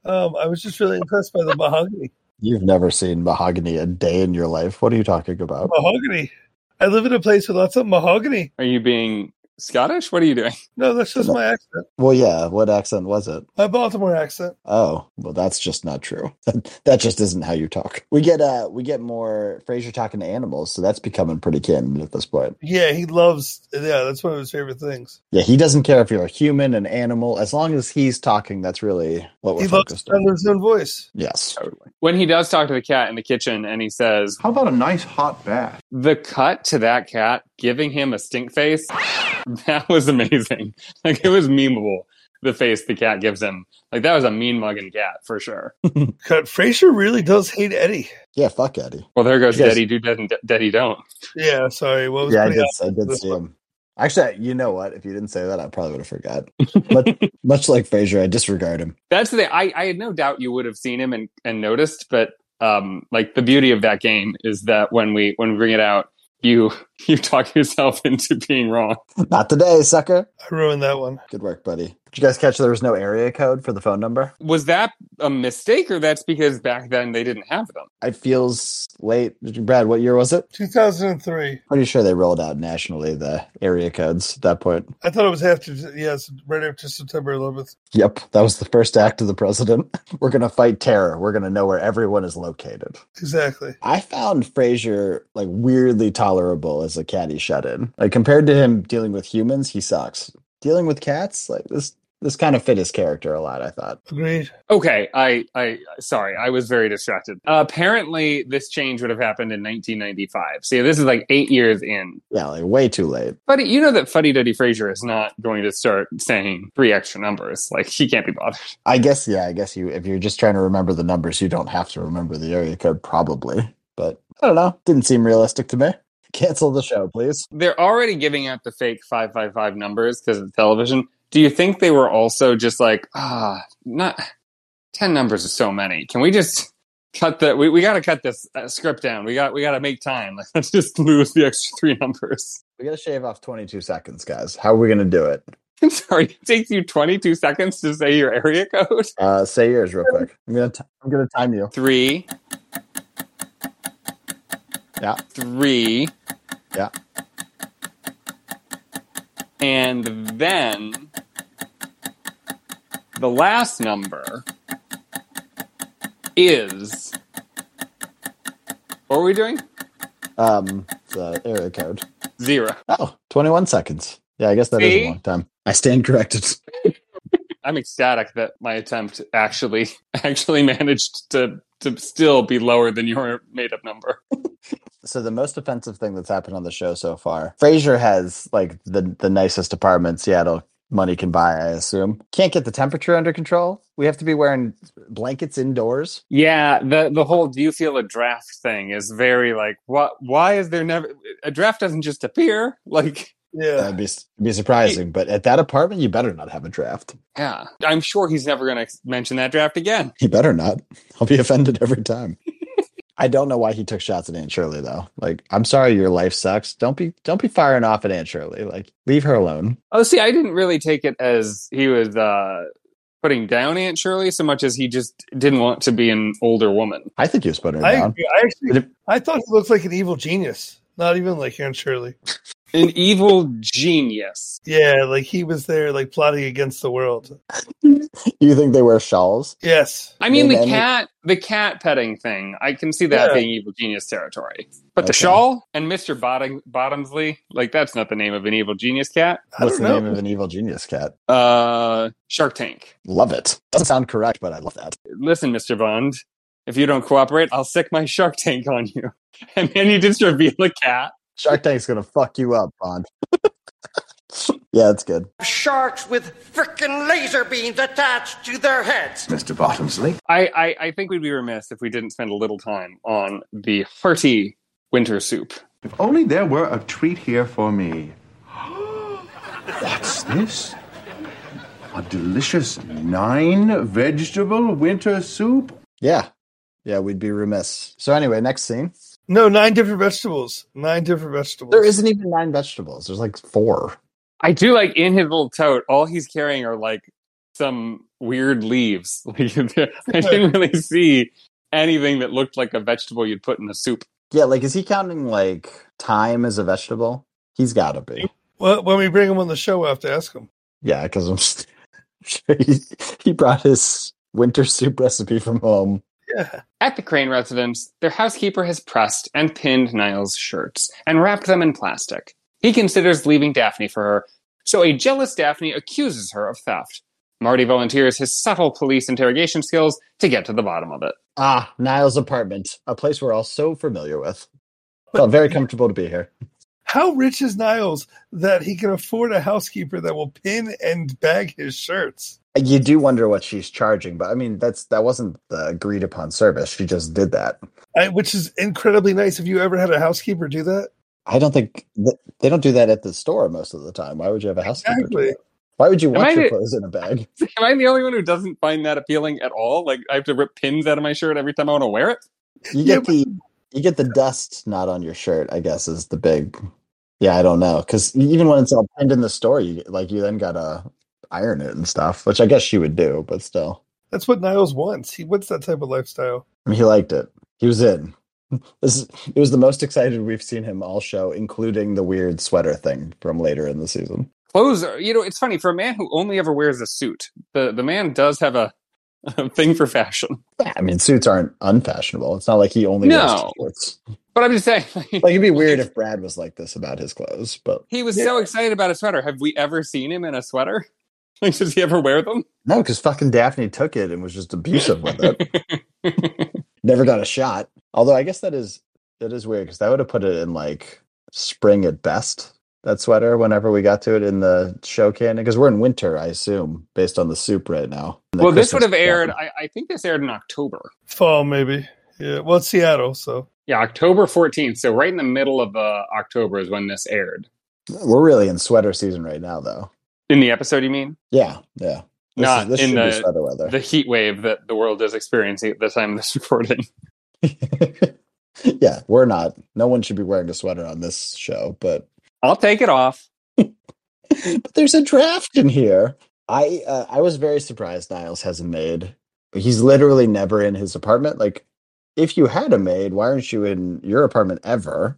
um, I was just really impressed by the mahogany.
You've never seen mahogany a day in your life. What are you talking about?
Mahogany. I live in a place with lots of mahogany.
Are you being Scottish? What are you doing? [LAUGHS]
No, that's just my accent.
Well, yeah. What accent was it?
My Baltimore accent.
Oh, well, that's just not true. [LAUGHS] that just isn't how you talk. We get uh, we get more Fraser talking to animals, so that's becoming pretty canon at this point.
Yeah, he loves. Yeah, that's one of his favorite things.
Yeah, he doesn't care if you're a human, an animal, as long as he's talking. That's really what we're
he loves
focused on.
his own voice.
Yes.
When he does talk to the cat in the kitchen and he says,
How about a nice hot bath?
the cut to that cat giving him a stink face, [LAUGHS] that was amazing. [LAUGHS] Like it was memeable, the face the cat gives him. Like that was a mean mugging cat for sure.
Cut. Fraser really does hate Eddie.
Yeah. Fuck Eddie.
Well, there goes
Yes.
Daddy Do Daddy Daddy Don't.
Yeah, sorry. What was
Yeah, I
pretty
did. I did
this
see him. Actually, you know what? If you didn't say that, I probably would have forgot. But
[LAUGHS]
much like Fraser, I disregard him.
That's the thing. I, I had no doubt you would have seen him and, and noticed, but um, like the beauty of that game is that when we when we bring it out, you [LAUGHS] you talk yourself [LAUGHS] into being wrong.
Not today, sucker.
I ruined that one.
Good work, buddy. Did you guys catch there was no area code for the phone number?
Was that a mistake, or that's because back then they didn't have them?
It feels late. Brad, what year was it?
2003.
Pretty sure they rolled out nationally the area codes at that point.
I thought it was after, yes, right after September 11th.
Yep, that was the first act of the president. [LAUGHS] We're going to fight terror. We're going to know where everyone is located.
Exactly.
I found Frazier like weirdly tolerable as a caddy shut in. Like compared to him dealing with humans, he sucks. Dealing with cats, like this this kind of fit his character a lot, I thought.
Agreed.
Okay, I I sorry, I was very distracted. apparently, this change would have happened in 1995. See, this is like eight years in.
Yeah, like way too late.
Buddy, you know that Fuddy Duddy Frazier is not going to start saying three extra numbers. Like he can't be bothered.
I guess yeah, I guess you if you're just trying to remember the numbers, you don't have to remember the area code probably. But I don't know. Didn't seem realistic to me. Cancel the show, please.
They're already giving out the fake 555 numbers because of television. Do you think they were also just like ah, not ten numbers are so many? Can we just cut the? We, we got to cut this uh, script down. We got we got to make time. [LAUGHS] Like let's just lose the extra three numbers.
We gotta shave off twenty two seconds, guys. How are we gonna do it?
[LAUGHS] I'm sorry, it takes you 22 seconds to say your area code. [LAUGHS]
Uh say yours real quick. I'm gonna t- I'm gonna time you.
Three.
Yeah.
Three.
Yeah.
And then the last number is. What are we doing?
Um the area code.
Zero.
Oh, 21 seconds. Yeah, I guess that is
See?
a long time. I stand corrected.
I'm ecstatic that my attempt actually [LAUGHS] actually managed to to still be lower than your made up number.
So the most offensive thing that's happened on the show so far. Frasier has like the the nicest apartment Seattle money can buy, I assume. Can't get the temperature under control. We have to be wearing blankets indoors.
Yeah, the the whole do you feel a draft thing is very like what why is there never a draft doesn't just appear [LAUGHS] like
Yeah.
That'd be be surprising, but at that apartment you better not have a draft.
yeah. I'm sure he's never going to mention that draft again.
You better not. [LAUGHS] I'll be offended every time. I don't know why he took shots at Aunt Shirley though. Like, I'm sorry your life sucks. Don't be don't be firing off at Aunt Shirley. Like, leave her alone.
Oh, see, I didn't really take it as he was uh putting down Aunt Shirley so much as he just didn't want to be an older woman.
I think he was putting her
I,
down.
agree. I
But
actually, I thought he looked like an evil genius. Not even like Anne Shirley.
An evil genius.
Yeah, like he was there, like plotting against the world.
You think they wear shawls?
Yes.
I mean
Yeah,
the
man.
cat the cat petting thing. I can see that
Yeah.
being evil genius territory. But the
Okay.
shawl and Mr. Bottom, Bottomsley, like that's not the name of an evil genius cat.
I
What's
don't
the
know.
name of an evil genius cat?
Uh, Shark Tank.
Love it. Doesn't sound correct, but I love that.
Listen, Mr. Bond, if you don't cooperate, I'll sick my Shark Tank on you. [LAUGHS] And then you just reveal a cat.
Shark Tank's gonna fuck you up, Bond. [LAUGHS] yeah, that's good.
sharks with frickin' laser beams attached to their heads.
Mr. Bottomsley.
I, I, I think we'd be remiss if we didn't spend a little time on the hearty winter soup.
If only there were a treat here for me. What's this? A delicious nine vegetable winter soup?
Yeah. Yeah, we'd be remiss. So anyway, next scene.
No, nine different vegetables. Nine different vegetables.
There isn't even nine vegetables. There's like four.
I do like in his little tote, all he's carrying are like some weird leaves. [LAUGHS] Like I didn't really see anything that looked like a vegetable you'd put in a soup.
Yeah, like is he counting like thyme as a vegetable? He's gotta be.
Well, when we bring him on the show, I have to ask him.
Yeah, because I'm s- [LAUGHS] sure he, he brought his winter soup recipe from home.
Yeah.
At the Crane residence, their housekeeper has pressed and pinned Niall's shirts and wrapped them in plastic. He considers leaving Daphne for her, so a jealous Daphne accuses her of theft. Marty volunteers his subtle police interrogation skills to get to the bottom of it.
Ah, Niles' apartment, a place we're all so familiar with. Felt very comfortable to be here.
How rich is Niles that he can afford a housekeeper that will pin and bag his shirts?
You do wonder what she's charging, but I mean that's that wasn't the agreed upon service. She just did that.
I, which is incredibly nice. Have you ever had a housekeeper do that?
I don't think th- they don't do that at the store most of the time. Why would you have a housekeeper? do
Exactly.
that? Why would you
I
want your
did-
clothes in a bag?
[LAUGHS] Am I the only one who doesn't find that appealing at all? Like, I have to rip pins out of my shirt every time I want to wear it?
You
Yeah,
get the you get the dust not on your shirt. I guess is the big. Yeah, I don't know because even when it's all pinned in the store, you like you then gotta iron it and stuff, which I guess she would do, but still,
That's what Niles wants. He wants that type of lifestyle.
I mean, he liked it. He was in. [LAUGHS] This is, it was the most excited we've seen him all show, including the weird sweater thing from later in the season.
Clothes are, you know, it's funny, for a man who only ever wears a suit, the, the man does have a, [LAUGHS] a thing for fashion.
I mean, suits aren't unfashionable. It's not like he only wears
No.
shorts.
But I'm just saying, like,
Like it'd be weird if Brad was like this about his clothes, but
he was so excited about a sweater. Have we ever seen him in a sweater? [LAUGHS] Like, does he ever wear them?
no, because fucking Daphne took it and was just abusive with it.
[LAUGHS]
never got a shot. Although I guess that is that is weird because that would have put it in like spring at best. That sweater. Whenever we got to it in the show canon, because we're in winter, I assume, based on the soup right now. And the
well, this
Christmas
would have aired.
stuff.
I, I think this aired in October.
Fall, maybe. Yeah. Well, it's Seattle, so.
Yeah, October 14th. So right in the middle of uh, October is when this aired.
We're really in sweater season right now, though.
In the episode, you mean?
Yeah, yeah. This
Not
is- this
in
should be
the-
sweater weather.
The heat wave that the world is experiencing at the time of this [LAUGHS] recording.
[LAUGHS] yeah, we're not. No one should be wearing a sweater on this show, but
I'll take it off.
[LAUGHS] but there's a draft in here. I uh, I was very surprised Niles has a maid. He's literally never in his apartment. Like, if you had a maid, why aren't you in your apartment ever?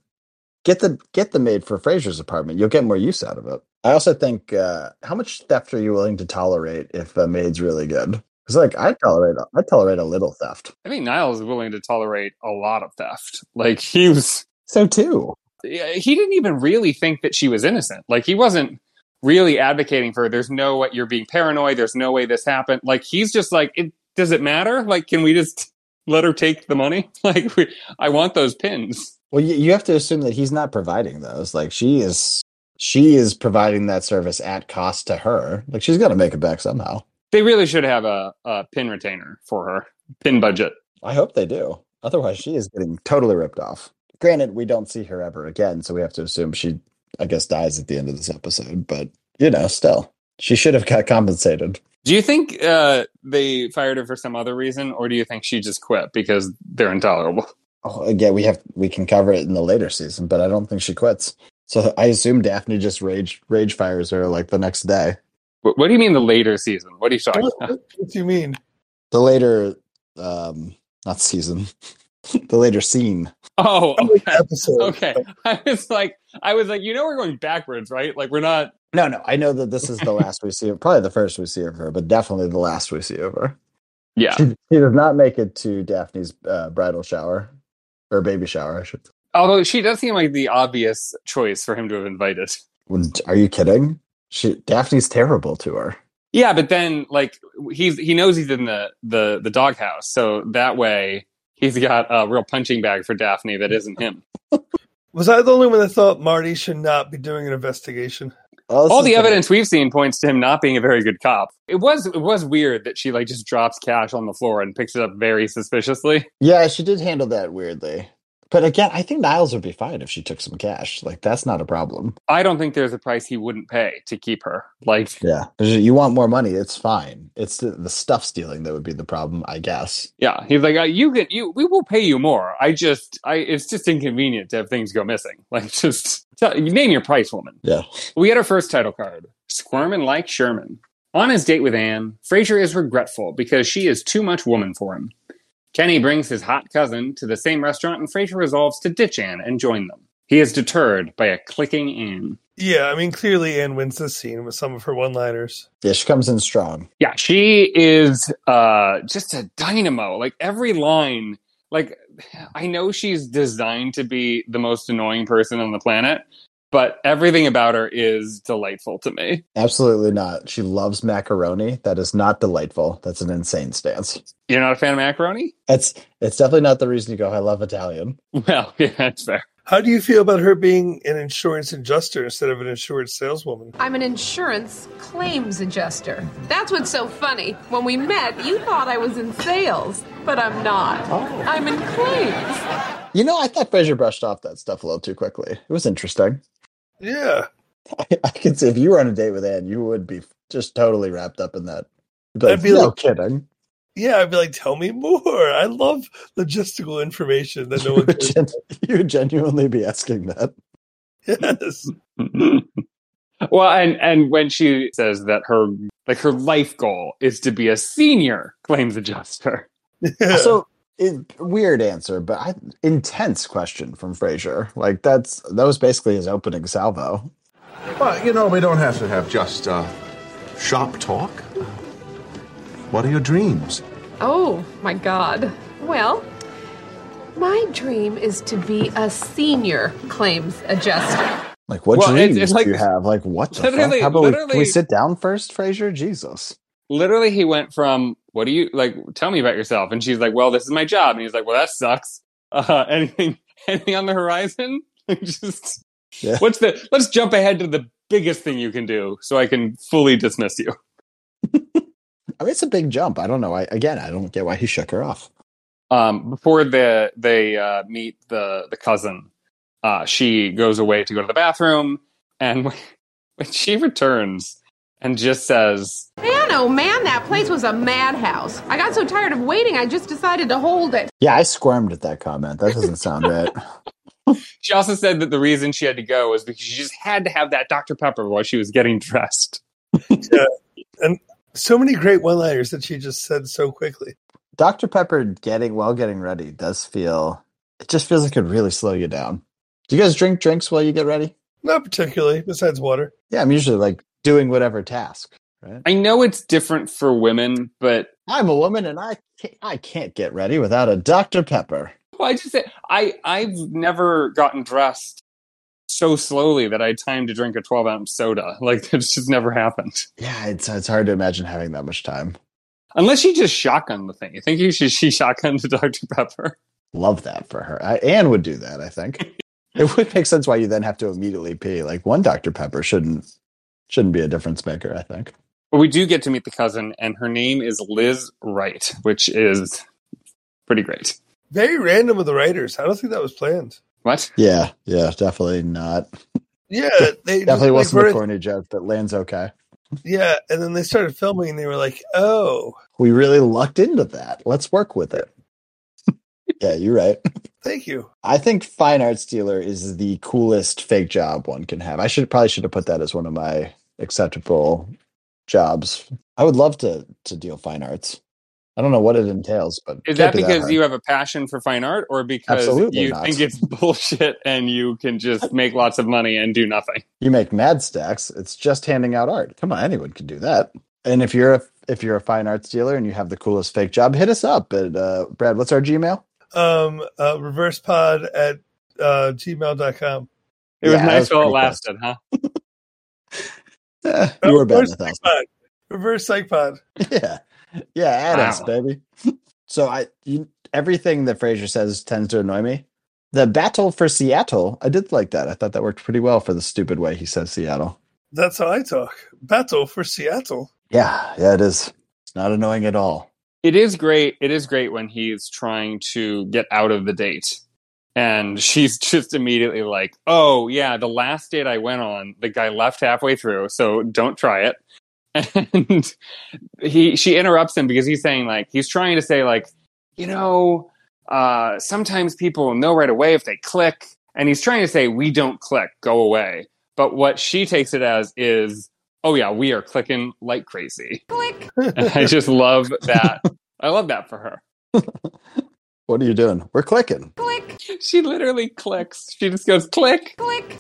Get the get the maid for Fraser's apartment. You'll get more use out of it. I also think uh, how much theft are you willing to tolerate if a maid's really good? Because like I tolerate I tolerate a little theft.
I think Niles is willing to tolerate a lot of theft. Like he was,
So too.
he didn't even really think that she was innocent. Like he wasn't really advocating for. There's no what you're being paranoid. There's no way this happened. Like he's just like, it, does it matter? Like can we just let her take the money? [LAUGHS] Like we, I want those pins.
Well, you, you have to assume that he's not providing those. Like she is, she is providing that service at cost to her. Like she's got to make it back somehow.
They really should have a, a pin retainer for her pin budget.
I hope they do. Otherwise, she is getting totally ripped off. Granted, we don't see her ever again, so we have to assume she, I guess, dies at the end of this episode. But you know, still, she should have got compensated.
Do you think uh, they fired her for some other reason, or do you think she just quit because they're intolerable?
Oh, again, we have we can cover it in the later season, but I don't think she quits. So I assume Daphne just rage rage fires her like the next day.
What, what do you mean the later season? What are you talking
What,
about?
what, what do you mean?
the later um not season [LAUGHS] the later scene
[LAUGHS] Oh, okay.
Episode.
okay. [LAUGHS] I was like, I was like, you know, we're going backwards, right? Like we're not.
no no i know that this is the last we see of probably the first we see of her but definitely the last we see of her
Yeah.
she, she does not make it to daphne's uh, bridal shower or baby shower i should
Although she does seem like the obvious choice for him to have invited.
are you kidding she daphne's terrible to her
Yeah, but then like he's he knows he's in the the the doghouse, so that way he's got a real punching bag for Daphne that isn't him.
Was I the only one that thought Marty should not be doing an investigation?
Oh, this
all
is
the evidence we've seen points to him not being a very good cop. It was it was weird that she like just drops cash on the floor and picks it up very suspiciously.
yeah she did handle that weirdly but again i think niles would be fine if she took some cash like that's not a problem
I don't think there's a price he wouldn't pay to keep her. Like,
yeah you want more money it's fine it's the, the stuff stealing that would be the problem i guess
yeah, he's like, uh, you can, you, we will pay you more. I just, I, it's just inconvenient to have things go missing. [LAUGHS] Like, just tell, you name your price, woman.
yeah
We had our first title card, Squirmin' Like Sherman. On his date with Anne, Fraser is regretful because she is too much woman for him. Kenny brings his hot cousin to the same restaurant and Fraser resolves to ditch Anne and join them. He is deterred by a clicking Anne.
Yeah, I mean, clearly Anne wins this scene with some of her one-liners.
Yeah, she comes in strong.
Yeah, she is uh, just a dynamo. Like every line, like I know she's designed to be the most annoying person on the planet, but everything about her is delightful to me.
Absolutely not. She loves macaroni. That is not delightful. That's an insane stance.
You're not a fan of macaroni? [LAUGHS]
That's it's definitely not the reason you go. I love Italian.
Well, [LAUGHS] yeah, that's fair.
How do you feel about her being an insurance adjuster instead of an insurance saleswoman?
I'm an insurance claims adjuster. That's what's so funny. When we met, you thought I was in sales, but I'm not. I'm in claims.
You know, I thought Fraser brushed off that stuff a little too quickly. It was interesting. [LAUGHS]
Yeah,
I, I could say if you were on a date with Anne, you would be just totally wrapped up in that. You'd
I'd be
no
like-
kidding. [LAUGHS]
yeah. I'd be like, tell me more. I love logistical information that no
you,
one.
would
Cares.
gen- you would genuinely be asking that. [LAUGHS]
yes.
well, and and when she says that her like her life goal is to be a senior claims adjuster.
So it, weird answer, but I, intense question from Fraser. Like that's that was basically his opening salvo.
Well, you know, we don't have to have just uh, shop talk. What are your dreams?
Oh my god. Well, my dream is to be a senior claims adjuster.
Like what
Well, it's-
dreams
it's like-
do you have? Like what the fuck?
Literally-
How about we, can
literally-
we sit down first, Fraser? Jesus.
Literally, he went from "What do you like? Tell me about yourself," and she's like, "Well, this is my job," and he's like, "Well, that sucks." Uh, [LAUGHS] anything anything on the horizon? [LAUGHS] Just
Yeah.
what's the? Let's jump ahead to the biggest thing you can do, so I can fully dismiss you.
I mean, it's a big jump. I don't know. I again, I don't get why he shook her off.
um, before the they uh, meet the the cousin, uh, she goes away to go to the bathroom, and [LAUGHS] when, when she returns and just says,
Man, oh man, that place was a madhouse. I got so tired of waiting, I just decided to hold it.
Yeah, I squirmed at that comment. That doesn't
[LAUGHS]
sound right.
she also said that the reason she had to go was because she just had to have that Dr Pepper while she was getting [LAUGHS] dressed.
so many great one-liners that she just said so quickly.
Dr. Pepper getting while getting ready does feel it just feels like it could really slow you down. Do you guys drink drinks while you get ready?
Not particularly, besides water.
Yeah, I'm usually like doing whatever task, right?
I know it's different for women, but
I'm a woman and I can't, I can't get ready without a Dr. Pepper.
well, I just say I I've never gotten dressed so slowly that I had time to drink a twelve ounce soda. [LAUGHS] Like it's just never happened.
Yeah, it's it's hard to imagine having that much time.
Unless she just shotgunned the thing. You think you should [LAUGHS] she shotgunned the Dr. Pepper?
Love that for her. I, Anne would do that,
[LAUGHS]
I think. it would make sense why you then have to immediately pee. Like one Dr. Pepper shouldn't shouldn't be a difference maker, I think.
But we do get to meet the cousin, and her name is Liz Wright, which is pretty great.
Very random of the writers. I don't think that was planned.
What?
Yeah, yeah, definitely not.
Yeah, they
Definitely
like,
wasn't
were-
a corny joke, but lands okay.
Yeah, and then they started filming, and they were like, "Oh,
We really lucked into that. Let's work
[LAUGHS]
with it. yeah, you're right.
thank you."
I think fine arts dealer is the coolest fake job one can have. I should probably should have put that as one of my acceptable jobs. I would love to to deal fine arts. I don't know what it entails, but
Is
can't
that
be
because
hard.
you have a passion for fine art or because
Absolutely
you
not.
think it's [LAUGHS] bullshit and you can
[LAUGHS]
just make lots of money and do nothing?
you make mad stacks? It's just handing out art. Come on, anyone can do that. And if you're a if you're a fine arts dealer and you have the coolest fake job, hit us up at uh, Brad. What's our Gmail?
Um, uh, reversepod at uh, gmail.com.
It was
Yeah, that
nice
was
while it
pretty
lasted, huh?
Eh, [LAUGHS] you were better
reverse
than us.
psychpod. Reverse psychpod.
[LAUGHS] yeah yeah add us
Wow.
baby so i you, everything that Fraser says tends to annoy me the battle for seattle i did like that i thought that worked pretty well for the stupid way he says seattle
That's how I talk. Battle for Seattle.
yeah yeah it is it's not annoying at all
it is great it is great when he's trying to get out of the date and she's [LAUGHS] just immediately like oh yeah the last date i went on the guy left halfway through so don't try it [LAUGHS] and he she interrupts him because he's saying like he's trying to say like you know uh sometimes people will know right away if they click and he's trying to say we don't click go away but what she takes it as is oh yeah we are clicking like crazy
Click.
and I just love that. I love that for her.
What are you doing? We're clicking.
Click,
She literally clicks. She just goes click.
click.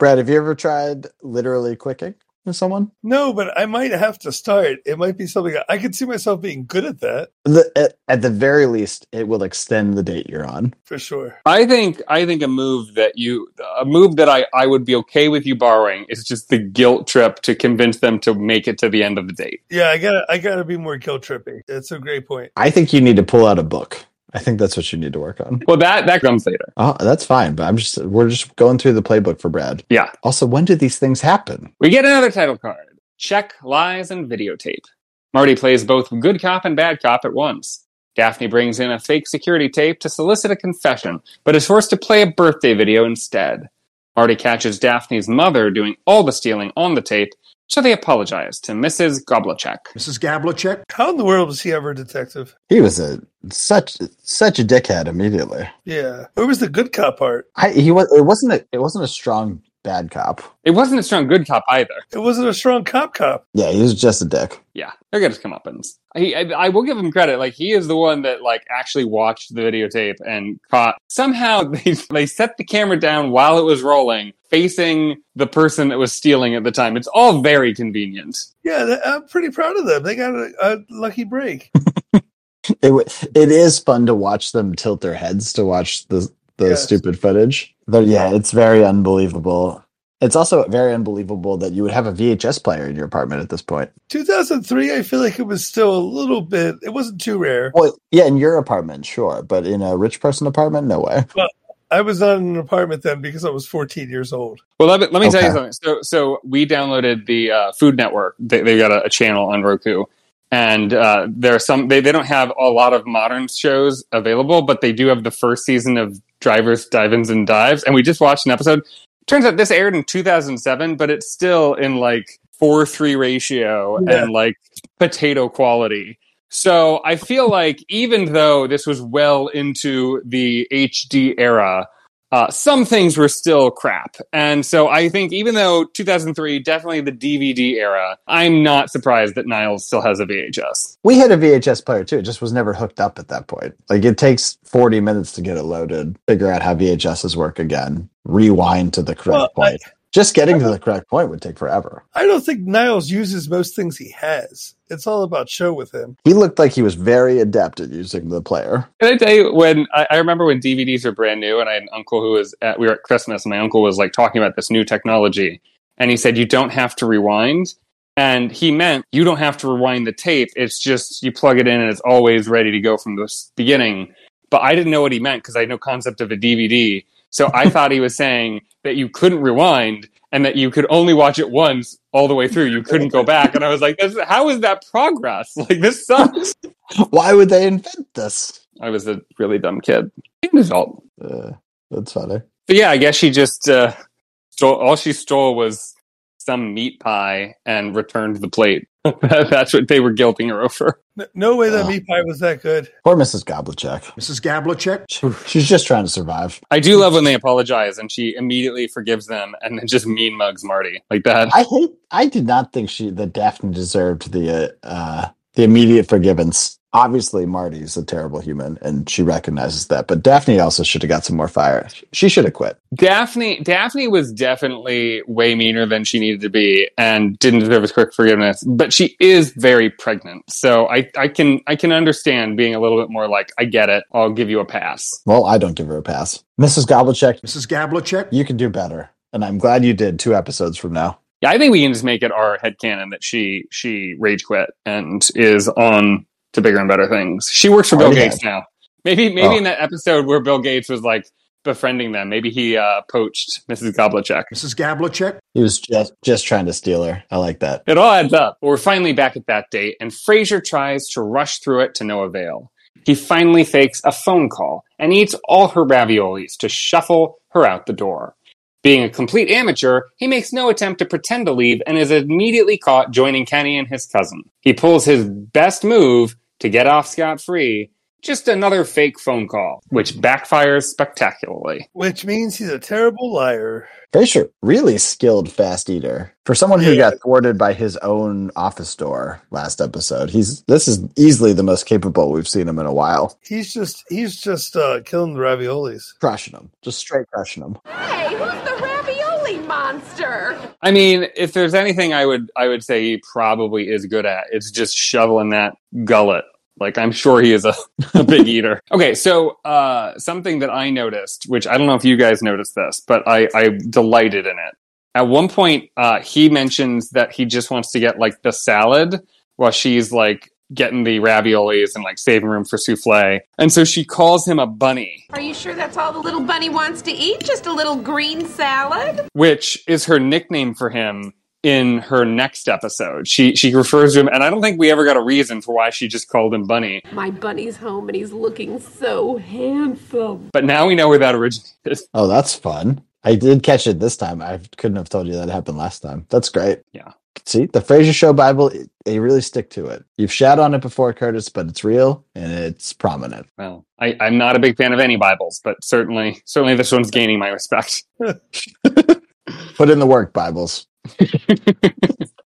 Brad, have you ever tried literally clicking with someone?
No, but I might have to start. It might be something I could see myself being good at that
The, at, at the very least, it will extend the date you're on.
for sure.
I think I think a move that you a move that I I would be okay with you borrowing is just the guilt trip to convince them to make it to the end of the date.
Yeah, I gotta I gotta be more guilt tripping. That's a great point.
I think you need to pull out a book. I think that's what you need to work on.
Well, that that comes later.
Oh, that's fine, but I'm just we're just going through the playbook for Brad.
Yeah.
Also, when do these things happen?
We get another title card. Check, lies, and videotape. Marty plays both good cop and bad cop at once. Daphne brings in a fake security tape to solicit a confession, but is forced to play a birthday video instead. Marty catches Daphne's mother doing all the stealing on the tape, so they apologize to Mrs. Goblachek.
Mrs. Gablachek?
How in the world was he ever a detective?
He was a such such a dickhead immediately.
Yeah. Where was the good cop part?
I, he was it wasn't a, it wasn't a strong bad cop.
It wasn't a strong good cop either.
It wasn't a strong cop cop.
Yeah, he was just a dick.
Yeah, they'll get his comeuppance. He, I, I will give him credit. Like he is the one that like actually watched the videotape and caught. Somehow [LAUGHS] they they set the camera down while it was rolling, facing the person that was stealing at the time. It's all very convenient.
Yeah, that, I'm pretty proud of them. They got a, a lucky break. [LAUGHS]
It wa- it is fun to watch them tilt their heads to watch the the
Yes.
stupid footage. But yeah, it's very unbelievable. It's also very unbelievable that you would have a VHS player in your apartment at this point.
2003, I feel like it was still a little bit. It wasn't too rare.
Well, yeah, in your apartment, sure, but in a rich person apartment, no way.
I was not in an apartment then because I was 14 years old.
Well, let me, let me tell you
Okay.
something. So, so we downloaded the uh, Food Network. They, they've got a, a channel on Roku, and uh, there are some. They, they don't have a lot of modern shows available, but they do have the first season of Drivers, Dive-ins, and Dives. And we just watched an episode. Turns out this aired in 2007, but it's still in like four three ratio
Yeah.
and like potato quality. So I feel like even though this was well into the HD era, uh, some things were still crap. And so I think even though 2003, definitely the DVD era, I'm not surprised that Niles still has a VHS.
We had a VHS player too. It just was never hooked up at that point. Like it takes 40 minutes to get it loaded, figure out how VHSs work again, rewind to the correct
Well, I-
point. just getting to the correct point would take forever.
I don't think Niles uses most things he has. It's all about show with him.
He looked like he was very adept at using the player.
Can I tell you when I, I remember when DVDs were brand new, and I had an uncle who was at, we were at Christmas, and my uncle was like talking about this new technology, and he said you don't have to rewind, and he meant you don't have to rewind the tape. It's just you plug it in, and it's always ready to go from the s- beginning. But I didn't know what he meant because I had no concept of a DVD, so I thought he was saying that you couldn't rewind and that you could only watch it once all the way through. You couldn't go back, and I was like, this, "How is that progress? [LAUGHS] Like this sucks."
Why would they invent this?
I was a really dumb kid, an adult.
Uh, that's funny.
But yeah, I guess she just uh, stole. All she stole was some meat pie and returned the plate. [LAUGHS] That's what they were guilting her over.
N- No way that
Ah.
meat pie was that good.
Poor Mrs. Goblachek.
Mrs. Gablachek?
She- She's just trying to survive.
I do love when they apologize and she immediately forgives them and then just mean mugs Marty like that.
I hate. I did not think she that Daphne deserved the uh, uh, the immediate forgiveness. Obviously, Marty's a terrible human, and she recognizes that. But Daphne also should have got some more fire. She should have quit.
Daphne Daphne was definitely way meaner than she needed to be and didn't deserve his quick forgiveness. But she is very pregnant, so I I can I can understand being a little bit more like I get it. I'll give you a pass.
Well, I don't give her a pass, Mrs. Goblechek.
Mrs. Gablachek?
You can do better, and I'm glad you did. Two episodes from now,
Yeah, I think we can just make it our headcanon that she she rage quit and is on to bigger and better things. She works for Bill
Already
Gates now. Maybe maybe
Oh.
in that episode where Bill Gates was like befriending them, maybe he uh, poached Mrs. Goblachek.
Mrs. Gablachek?
he was just just trying to steal her. I like that.
It all adds up. We're finally back at that date, and Fraser tries to rush through it to no avail. He finally fakes a phone call and eats all her raviolis to shuffle her out the door. Being a complete amateur, he makes no attempt to pretend to leave and is immediately caught joining Kenny and his cousin. He pulls his best move to get off scot free, Just another fake phone call, which backfires spectacularly.
which means he's a terrible liar.
Fraser, really skilled fast eater. For someone who
Yeah.
got thwarted by his own office door last episode, he's this is easily the most capable we've seen him in a while.
He's just he's just uh, killing the raviolis.
Crushing him, just straight crushing him.
Hey, who's the ravioli monster?
I mean, if there's anything I would I would say he probably is good at, it's just shoveling that gullet. Like I'm sure he is a, [LAUGHS] a big eater. Okay, so uh, something that I noticed, which I don't know if you guys noticed this, but I, I delighted in it. At one point, uh, he mentions that he just wants to get like the salad while she's like getting the raviolis and like saving room for souffle, and so she calls him a bunny,
Are you sure that's all the little bunny wants to eat? Just a little green salad?
which is her nickname for him in her next episode. She she refers to him, and I don't think we ever got a reason for why she just called him Bunny.
My bunny's home and he's looking so handsome.
But now we know where that originated. [LAUGHS]
Oh, that's fun. I did catch it this time. I couldn't have told you that happened last time. That's great.
Yeah.
See, the Fraser Show Bible, it- they really stick to it. You've shat on it before, Curtis, but it's real and it's prominent.
Well, I, I'm not a big fan of any Bibles, but certainly certainly this one's gaining my respect. [LAUGHS]
Put in the work, Bibles.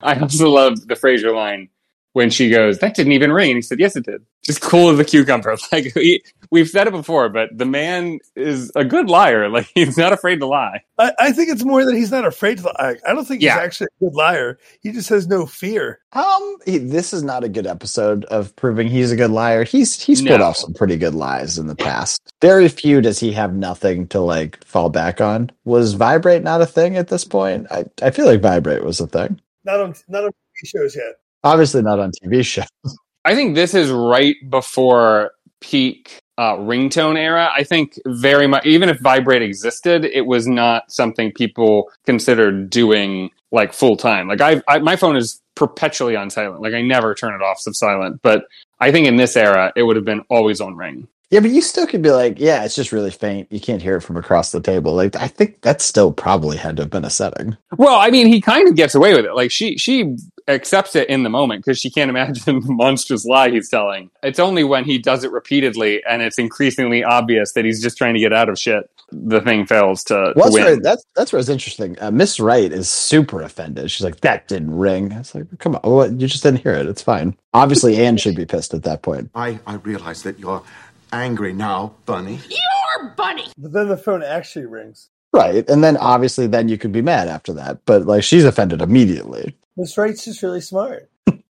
I also love the Fraser line when she goes, "That didn't even ring," and he said, "Yes, it did." Just cool as a cucumber. [LAUGHS] Like we, we've said it before, but the man is a good liar. Like he's not afraid to lie.
I, I think it's more that he's not afraid to lie. I don't think
Yeah.
he's actually a good liar. He just has no fear.
Um, he, this is not a good episode of proving he's a good liar. He's he's
No.
pulled off some pretty good lies in the past. Very few does he have nothing to like fall back on. Was vibrate not a thing at this point? I, I feel like vibrate was a thing.
Not on not on TV shows yet.
Obviously not on TV show. [LAUGHS]
I think this is right before peak uh, ringtone era. I think very much, even if Vibrate existed, it was not something people considered doing like full time. Like I, I, my phone is perpetually on silent. Like I never turn it off of silent. But I think in this era, it would have been always on ring.
Yeah, but you still could be like, yeah, it's just really faint. You can't hear it from across the table. Like, I think that still probably had to have been a setting.
Well, I mean, he kind of gets away with it. Like she, she accepts it in the moment because she can't [LAUGHS] imagine the monstrous lie he's telling. It's only when he does it repeatedly and it's increasingly obvious that he's just trying to get out of shit, the thing fails to, to
Well, that's
win.
where, that's that's where it's interesting. Uh, Miss Wright is super offended. She's like, that didn't ring. I was like, come on, what? you just didn't hear it. It's fine. Obviously, Anne should be pissed at that point.
I, I realize that you're angry now, Bunny.
Your bunny!
But then the phone actually rings.
Right. And then obviously, then you could be mad after that. But like, she's offended immediately.
Miss Wright's just really smart.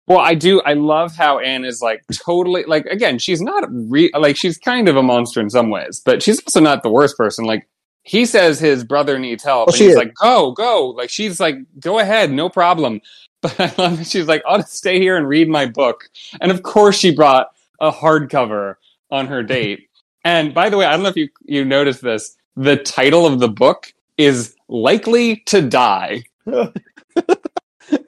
Well, I do. I love how Anne is like totally like again. She's not re like she's kind of a monster in some ways, but she's also not the worst person. Like he says, his brother needs help,
Well,
and
she
he's
is.
like, "Go, go!" Like she's like, "Go ahead, no problem." [LAUGHS] But I love that she's like, "I'll just stay here and read my book." And of course, she brought a hardcover on her date. and by the way, I don't know if you you noticed this. The title of the book is "Likely to Die."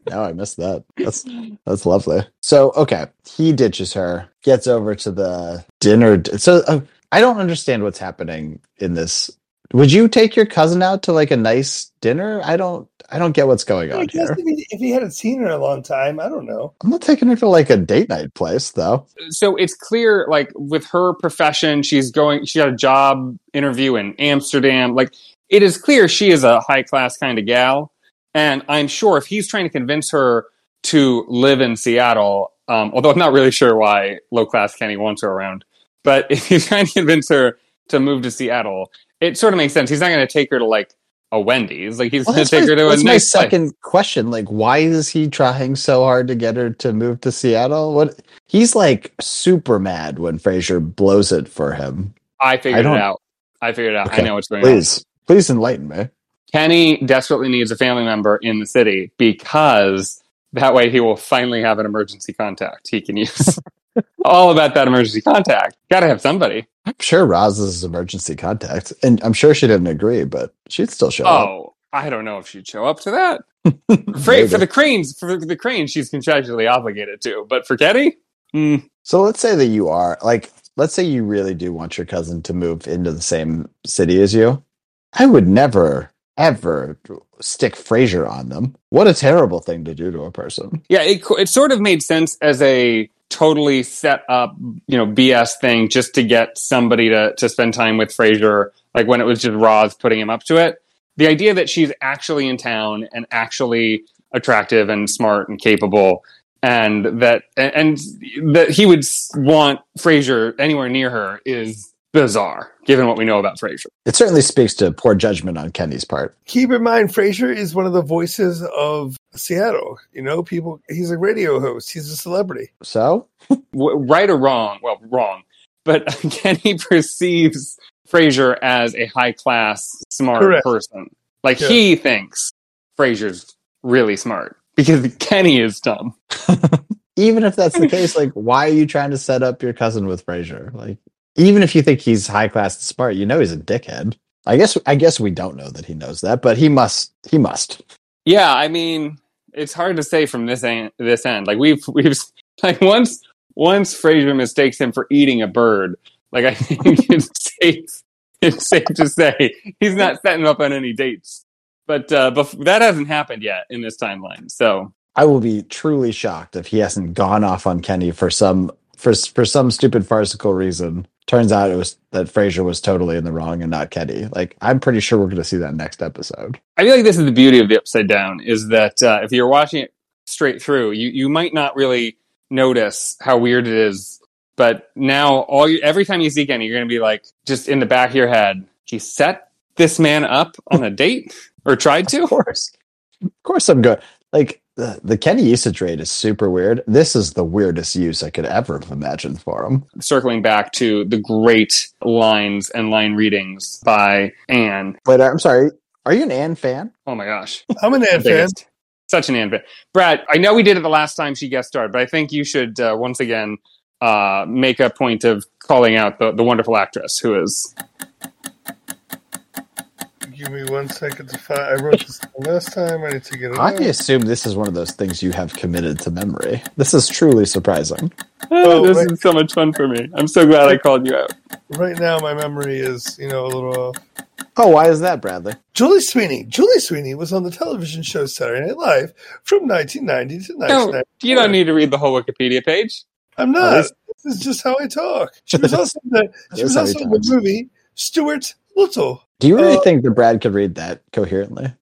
No, I missed that. That's that's lovely. So okay, he ditches her, gets over to the dinner. d- So uh, I don't understand what's happening in this. Would you take your cousin out to like a nice dinner? I don't. I don't get what's going
I
on
guess
here.
if he, if he hadn't seen her in a long time, I don't know.
I'm not taking her to like a date night place though.
so it's clear like with her profession she's going she got a job interview in amsterdam like it is clear she is a high class kind of gal and i'm sure if he's trying to convince her to live in seattle um, although i'm not really sure why low class kenny wants her around but [LAUGHS] if he's trying to convince her to move to seattle it sort of makes sense he's not going to take her to like a wendy's like he's
Well,
going
that's
to take
my,
her to a
that's my
nice place.
second question. Like, why is he trying so hard to get her to move to Seattle? What he's like super mad when Fraser blows it for him.
i figured
don't-
it out i figured it out
Okay,
i know what's going on
Please, please enlighten me.
Kenny desperately needs a family member in the city because that way he will finally have an emergency contact he can use. All about that emergency contact. Gotta have somebody.
I'm sure Roz is his emergency contact, and I'm sure she didn't agree, but she'd still show up.
Oh, I don't know if she'd show up to that. For, for the cranes, for the cranes, she's contractually obligated to, but for Kenny, Hmm.
So let's say that you are like, let's say you really do want your cousin to move into the same city as you. I would never, ever stick Frasier on them. What a terrible thing to do to a person.
yeah, it co- it sort of made sense as a totally set up, you know, BS thing just to get somebody to to spend time with Frasier, like when it was just Roz putting him up to it. The idea that she's actually in town and actually attractive and smart and capable and that and, and that he would s- want Frasier anywhere near her is bizarre given what we know about Frasier.
It certainly speaks to poor judgment on Kenny's part.
keep in mind Frazier is one of the voices of Seattle. You know, people he's a radio host, he's a celebrity.
So
w- right or wrong, well, wrong, but [LAUGHS] Kenny perceives Frasier as a high class, smart
Correct.
person. Like
Yeah.
he thinks Frasier's really smart because [LAUGHS] Kenny is dumb.
even if that's the case, like why are you trying to set up your cousin with Frazier? Like even if you think he's high class and smart, you know he's a dickhead. I guess I guess we don't know that he knows that, but he must he must.
Yeah, I mean, it's hard to say from this end, this end. Like we've we've [LAUGHS] like once once Frasier mistakes him for eating a bird. Like I [LAUGHS] think it's safe it's safe to say he's not setting up on any dates. But uh, bef- that hasn't happened yet in this timeline. So
I will be truly shocked if he hasn't gone off on Kenny for some for for some stupid farcical reason. Turns out it was that Frazier was totally in the wrong and not Kenny. Like I'm pretty sure we're going to see that next episode.
I feel like this is the beauty of the Upside Down is that uh, if you're watching it straight through, you, you might not really notice how weird it is. But now, all you, every time you see Kenny, you're going to be like, just in the back of your head, he set this man up on a date [LAUGHS] or tried to.
Of course, of course, I'm good. Like the, the Kenny usage rate is super weird. This is the weirdest use I could ever have imagined for him.
Circling back to the great lines and line readings by Anne.
Wait, I'm sorry. Are you an Anne fan?
Oh my gosh.
I'm an Ant fan.
Biggest. Such an Anne fan. Brad, I know we did it the last time she guest starred, but I think you should uh, once again uh, make a point of calling out the, the wonderful actress who is.
Give me one second to find. I wrote this down last time. I need to get it.
I
out.
assume this is one of those things you have committed to memory. This is truly surprising.
Oh,
[LAUGHS] this
right.
is so much fun for me. I'm so glad I called you out.
Right now, my memory is you know a little. off.
Oh, why is that, Bradley?
Julie Sweeney. Julie Sweeney was on the television show Saturday Night Live from 1990 to
No,
1990.
you don't need to read the whole Wikipedia page.
I'm
Oh,
not.
this-
This is just how I talk. She was also in the,
This
she was
is how
also
he
in the
talks.
movie Stuart Little.
Do you really
Uh,
think that Brad could read that coherently?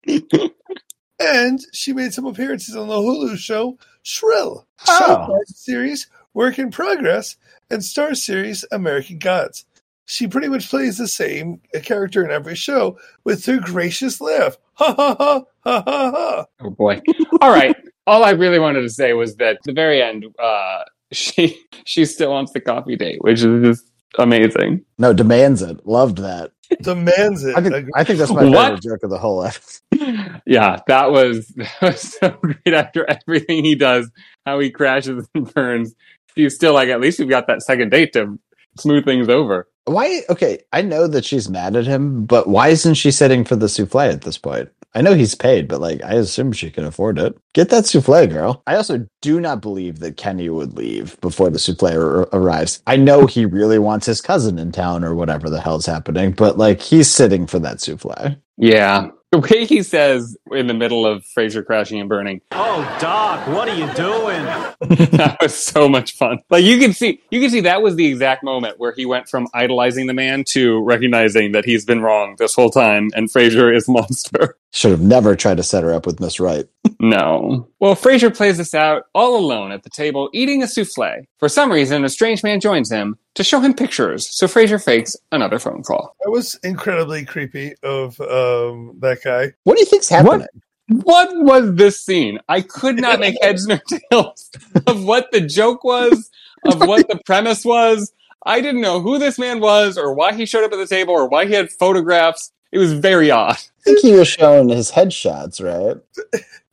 and she made some appearances on the Hulu show Shrill,
Oh.
Southside series Work in Progress, and Star series American Gods. She pretty much plays the same character in every show with her gracious laugh. Ha ha ha ha ha ha.
Oh boy. [LAUGHS] All right. All I really wanted to say was that at the very end, uh, [LAUGHS] she she still wants the coffee date, which is just amazing.
No, demands it. Loved that.
Demands it.
I think I think that's my
What?
favorite joke of the whole episode.
Yeah, that was [LAUGHS] that was so great after everything he does, how he crashes [LAUGHS] and burns. He's still like, at least we've got that second date to smooth things over.
Why? Okay, I know that she's mad at him, but why isn't she sitting for the souffle at this point? I know he's paid, but like I assume she can afford it. Get that souffle, girl. I also do not believe that Kenny would leave before the souffle ar- arrives. I know he really wants his cousin in town or whatever the hell's happening, but like he's sitting for that souffle.
Yeah. The way he says in the middle of Frasier crashing and burning,
Oh, Doc, what are you doing?
[LAUGHS]
[LAUGHS]
that was so much fun. Like you can see, you can see that was the exact moment where he went from idolizing the man to recognizing that he's been wrong this whole time, and Frasier is a monster.
Should have never tried to set her up with Miss Wright.
No. Well, Frasier plays this out all alone at the table, eating a souffle. For some reason, a strange man joins him to show him pictures, so Frasier fakes another phone call.
that was incredibly creepy of um, that guy.
What do you think's happening?
What was this scene? I could not make heads nor tails of what the joke was, of what the premise was. I didn't know who this man was or why he showed up at the table or why he had photographs. It was very odd.
I think he was shown his headshots, right?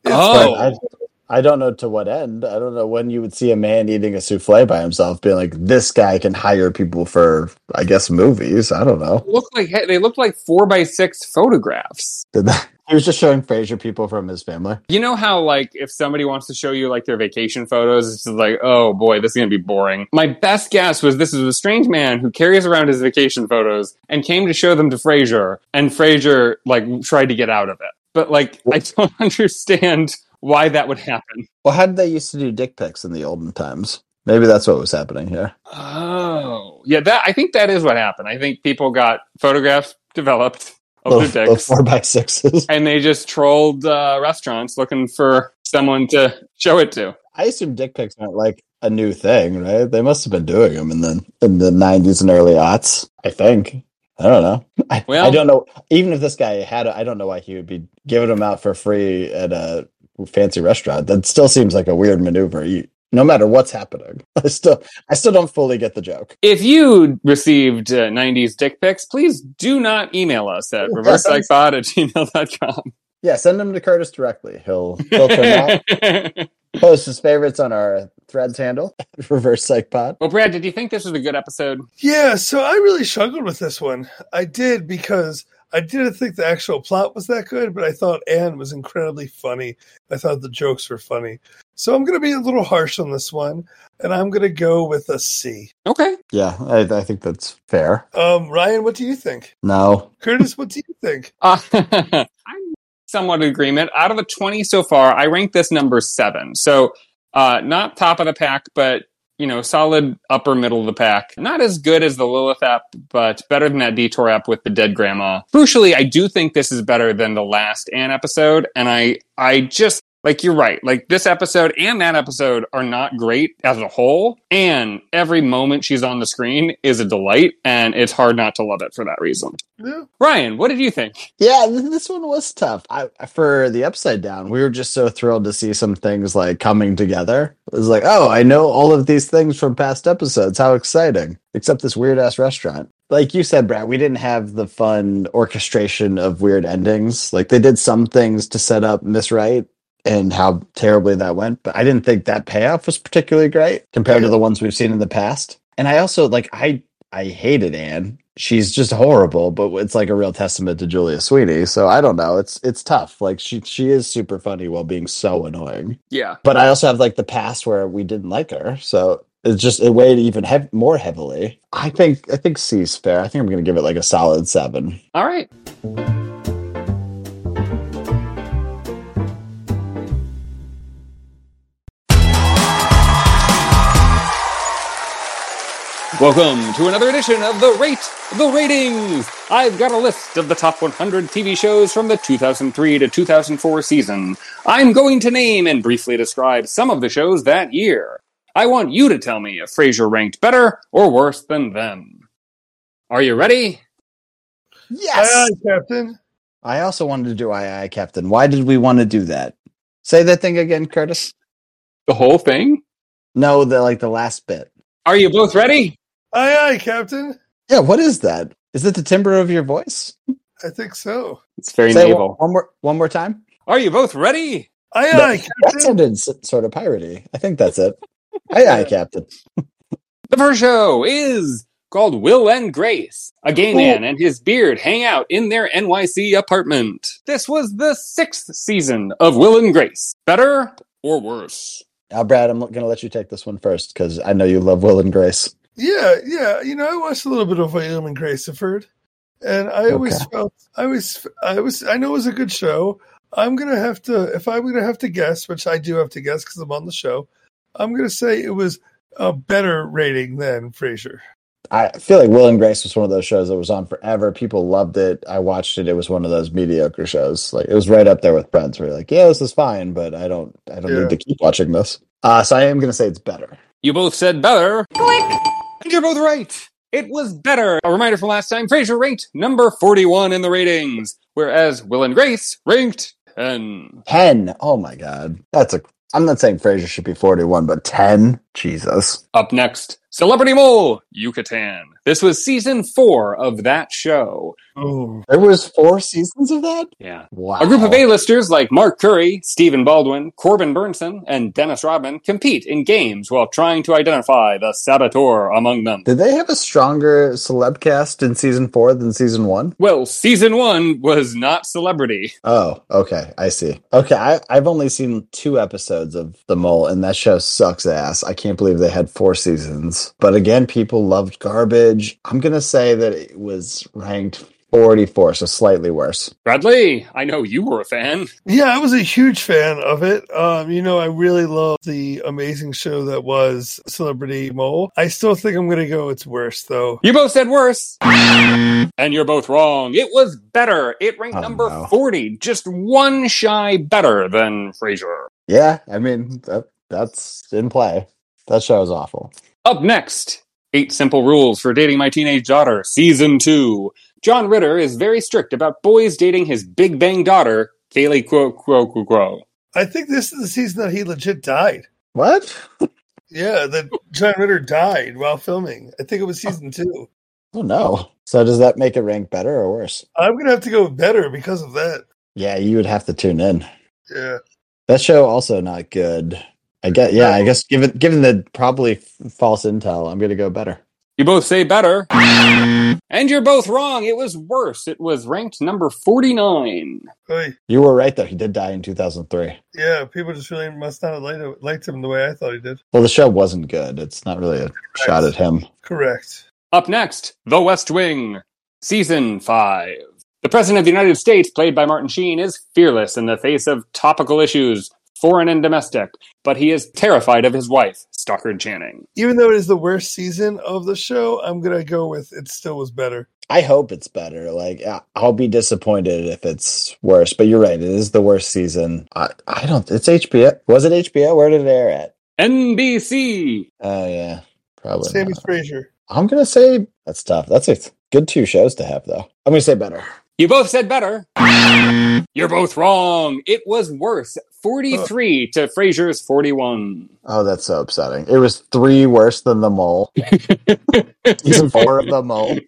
But
Oh,
I, I don't know to what end. I don't know when you would see a man eating a souffle by himself, being like, "This guy can hire people for, I guess, movies." I don't know.
look like they looked like four by six photographs.
Did that? [LAUGHS] He was just showing Frasier people from his family.
You know how like if somebody wants to show you like their vacation photos, it's just like, oh boy, this is gonna be boring. My best guess was this is a strange man who carries around his vacation photos and came to show them to Frasier, and Frasier like tried to get out of it. But like I don't [LAUGHS] understand why that would happen.
Well, how did they used to do dick pics in the olden times? Maybe that's what was happening here.
Oh, yeah. That I think that is what happened. I think people got photographs developed of
The,
their
[LAUGHS] the
dicks,
four by sixes.
and they just trolled uh, restaurants looking for someone to show it to.
I assume dick pics aren't like a new thing, right? They must have been doing them in the in the nineties and early aughts. I think. I don't know. I,
Well-
I don't know. Even if this guy had, I I don't know why he would be giving them out for free at a fancy restaurant. That still seems like a weird maneuver. You, no matter what's happening, [LAUGHS] I still, I still don't fully get the joke.
If you received uh, 90s dick pics, please do not email us at reversepsychpod at gmail.com.
Yeah, send them to Curtis directly. He'll he'll turn
[LAUGHS]
out, post his favorites on our threads handle, [LAUGHS] Reverse Psych Pod.
well, Brad, did you think this was a good episode?
Yeah, so I really struggled with this one. I did because I didn't think the actual plot was that good, but I thought Anne was incredibly funny. I thought the jokes were funny. So I'm going to be a little harsh on this one, and I'm going to go with a C.
Okay.
Yeah, I, I think that's fair.
Um, Ryan, what do you think?
No,
Curtis, what do you think?
Uh, [LAUGHS] I'm somewhat in agreement. Out of the 20 so far, I rank this number seven. So uh, not top of the pack, but, you know, solid upper middle of the pack. Not as good as the Lilith app, but better than that detour app with the dead grandma. Crucially, I do think this is better than the last Anne episode. And I, I just, like you're right. Like this episode and that episode are not great as a whole, and every moment she's on the screen is a delight, and it's hard not to love it for that reason.
Yeah.
Ryan, what did you think?
Yeah, th- this one was tough. I for the upside down, we were just so thrilled to see some things like coming together. It was like, oh, I know all of these things from past episodes. How exciting! Except this weird ass restaurant. Like you said, Brad, we didn't have the fun orchestration of weird endings. Like they did some things to set up Miss Wright and how terribly that went, but I didn't think that payoff was particularly great compared to the ones we've seen in the past. And I also like I I hated Anne. She's just horrible, but it's like a real testament to Julia Sweeney. So I don't know. It's it's tough. Like she she is super funny while being so annoying.
Yeah.
But I also have like the past where we didn't like her. So it's just it weighed even heav more heavily. I think I think C's fair. I think I'm gonna give it like a solid seven.
All right. Welcome to another edition of The Rate the Ratings. I've got a list of the top 100 TV shows from the 2003 to 2004 season. I'm going to name and briefly describe some of the shows that year. I want you to tell me if Frasier ranked better or worse than them. Are you ready?
Yes.
Aye, aye, Captain.
I also wanted to do I I Captain. Why did we want to do that? Say that thing again, Curtis.
The whole thing?
No, the like the last bit.
Are you both ready?
Aye, aye, Captain.
Yeah, what is that? Is it the timbre of your voice?
I think so.
It's very
Say it one,
naval.
one more one more time.
Are you both ready?
Aye,
No.
aye,
That
Captain.
sounded s- sort of piratey. I think
[LAUGHS]
that's it. aye aye, Captain.
The first show is called Will and Grace. A gay man and his beard hang out in their NYC apartment. This was the sixth season of Will and Grace. Better or worse?
Now, Brad, I'm gonna let you take this one first because I know you love Will and Grace.
Yeah, yeah. You know, I watched a little bit of William and Graceford, and I always felt I was I was I know it was a good show. I'm gonna have to if I'm gonna have to guess, which I do have to guess because I'm on the show. I'm gonna say it was a better rating than Frasier.
I feel like Will and Grace was one of those shows that was on forever. People loved it. I watched it. It was one of those mediocre shows. Like it was right up there with Friends. Where you're like, yeah, this is fine, but I don't, I don't
Yeah.
need to keep watching this. Uh, so I am going to say it's better.
You both said better. And you're both right. It was better. A reminder from last time, Frasier ranked number 41 in the ratings, whereas Will and Grace ranked 10.
Ten. Oh my god, that's a. I'm not saying Frasier should be 41, but ten. Jesus.
Up next, Celebrity Mole, Yucatan. This was season four of that show.
Oh,
There was four seasons of that.
Yeah.
Wow.
A group of A-listers like Mark Curry, Stephen Baldwin, Corbin Burnson, and Dennis Rodman compete in games while trying to identify the saboteur among them.
Did they have a stronger celeb cast in season four than season one?
Well, season one was not Celebrity.
Oh, okay. I see. Okay. I, I've only seen two episodes of The Mole, and that show sucks ass. I can't believe they had four seasons. But again, people loved garbage. I'm going to say that it was ranked 44, so slightly worse.
Bradley, I know you were a fan.
Yeah, I was a huge fan of it. Um, you know, I really love the amazing show that was Celebrity Mole. I still think I'm going to go it's worse though.
You both said worse. and you're both wrong. It was better. It ranked
Oh,
number
no.
40, just one shy better than Frasier.
Yeah, I mean, that, that's in play. That show is awful.
Up next, Eight Simple Rules for Dating My Teenage Daughter, Season 2. John Ritter is very strict about boys dating his Big Bang daughter, Kaylee Quo Quo Quo Quo.
I think this is the season that he legit died.
What?
Yeah, that John Ritter died while filming. I think it was season two.
Oh, no. So does that make it rank better or worse?
I'm going to have to go with better because of that.
Yeah, you would have to tune in.
Yeah.
That show also not good. I guess. Yeah, I guess given given the probably f- false intel, I'm gonna go better.
You both say better. And you're both wrong. It was worse. It was ranked number 49.
Oy.
You were right though. He did die in 2003.
Yeah, people just really must not have liked, liked him the way I thought he did.
Well, the show wasn't good. It's not really a shot at him.
Correct.
Up next, The West Wing, Season 5. The President of the United States, played by Martin Sheen, is fearless in the face of topical issues, foreign and domestic, but he is terrified of his wife, Stockard Channing.
Even though it is the worst season of the show, I'm going to go with it still was better.
I hope it's better. Like I- I'll be disappointed if it's worse. But you're right. It is the worst season. I, I don't. It's HBO. Was it HBO? Where did it air at?
NBC!
Oh yeah, probably.
Sammy
not.
Fraser.
I'm gonna say that's tough. That's a good two shows to have though. I'm gonna say better.
You both said better. You're both wrong. It was worse. 43 to Frasier's 41.
Oh, that's so upsetting. It was three worse than
[LAUGHS]
the mole. Season four of the mole.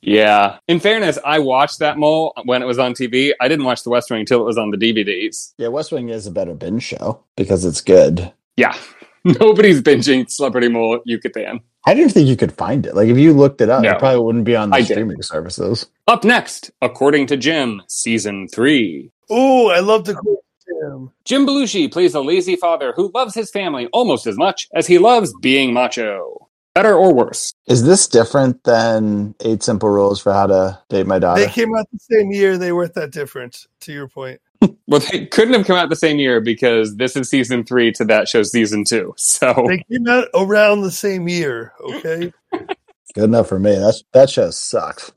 Yeah. In fairness, I watched that mole when it was on TV. I didn't watch The West Wing until it was on the DVDs.
Yeah, West Wing is a better binge show because it's good.
Yeah. [LAUGHS] Nobody's binging Celebrity Mole Yucatan.
I didn't think you could find it. Like if you looked it up,
No.
it probably wouldn't be on the
I didn't.
streaming services.
Up next, according to Jim, season three.
Oh, I love the quote. Jim.
Jim Belushi plays a lazy father who loves his family almost as much as he loves being macho. Better or worse?
Is this different than Eight Simple Rules for How to Date My Daughter?
They came out the same year. They weren't that different, to your point.
Well, they couldn't have come out the same year because this is season three to that show's season two. [LAUGHS] So,
They came out around the same year, okay?
good enough for me. That's that show sucks.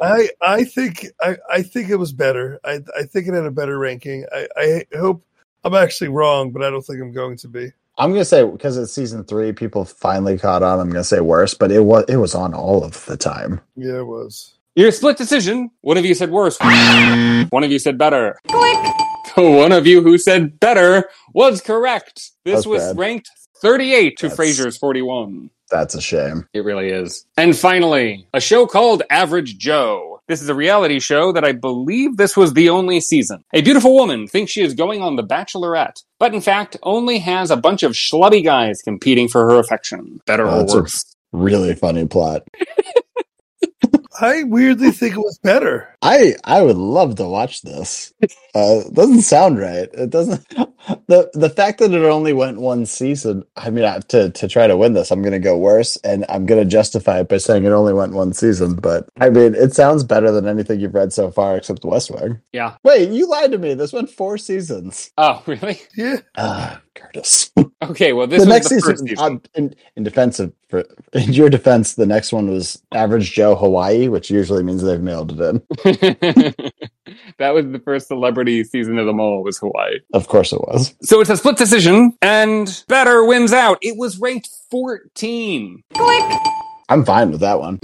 I I think I, I think it was better. I I think it had a better ranking. I, I hope I'm actually wrong, but I don't think I'm going to be.
I'm gonna say because it's season three, people finally caught on. I'm gonna say worse, but it was it was on all of the time.
Yeah, it was.
[LAUGHS] your split decision. One of you said worse. One of you said better. [LAUGHS] The one of you who said better was correct. This
That's
was
bad.
ranked 38 to
That's-
Frasier's 41.
That's a shame.
It really is. And finally, a show called Average Joe. This is a reality show that I believe this was the only season. A beautiful woman thinks she is going on The Bachelorette, but in fact only has a bunch of schlubby guys competing for her affection. Better
Oh,
or
that's a-
worse.
Really funny plot.
I weirdly think it was better.
I I would love to watch this. Uh, it doesn't sound right. It doesn't. [LAUGHS] the The fact that it only went one season. I mean, I, to to try to win this, I'm going to go worse, and I'm going to justify it by saying it only went one season. But I mean, it sounds better than anything you've read so far, except The West Wing.
Yeah.
Wait, you lied to me. This went four seasons.
Oh, [LAUGHS] really?
Yeah.
Ah, Curtis. [LAUGHS]
Okay, well this
the
was
next
the
season,
first season.
um, in, in defense of for, [LAUGHS] in your defense, the next one was Average Joe Hawaii, which usually means they've nailed it in.
[LAUGHS] that was the first celebrity season of the mole was Hawaii.
Of course, it was.
So it's a split decision, and better wins out. It was ranked 14.
I'm fine with that one. [LAUGHS]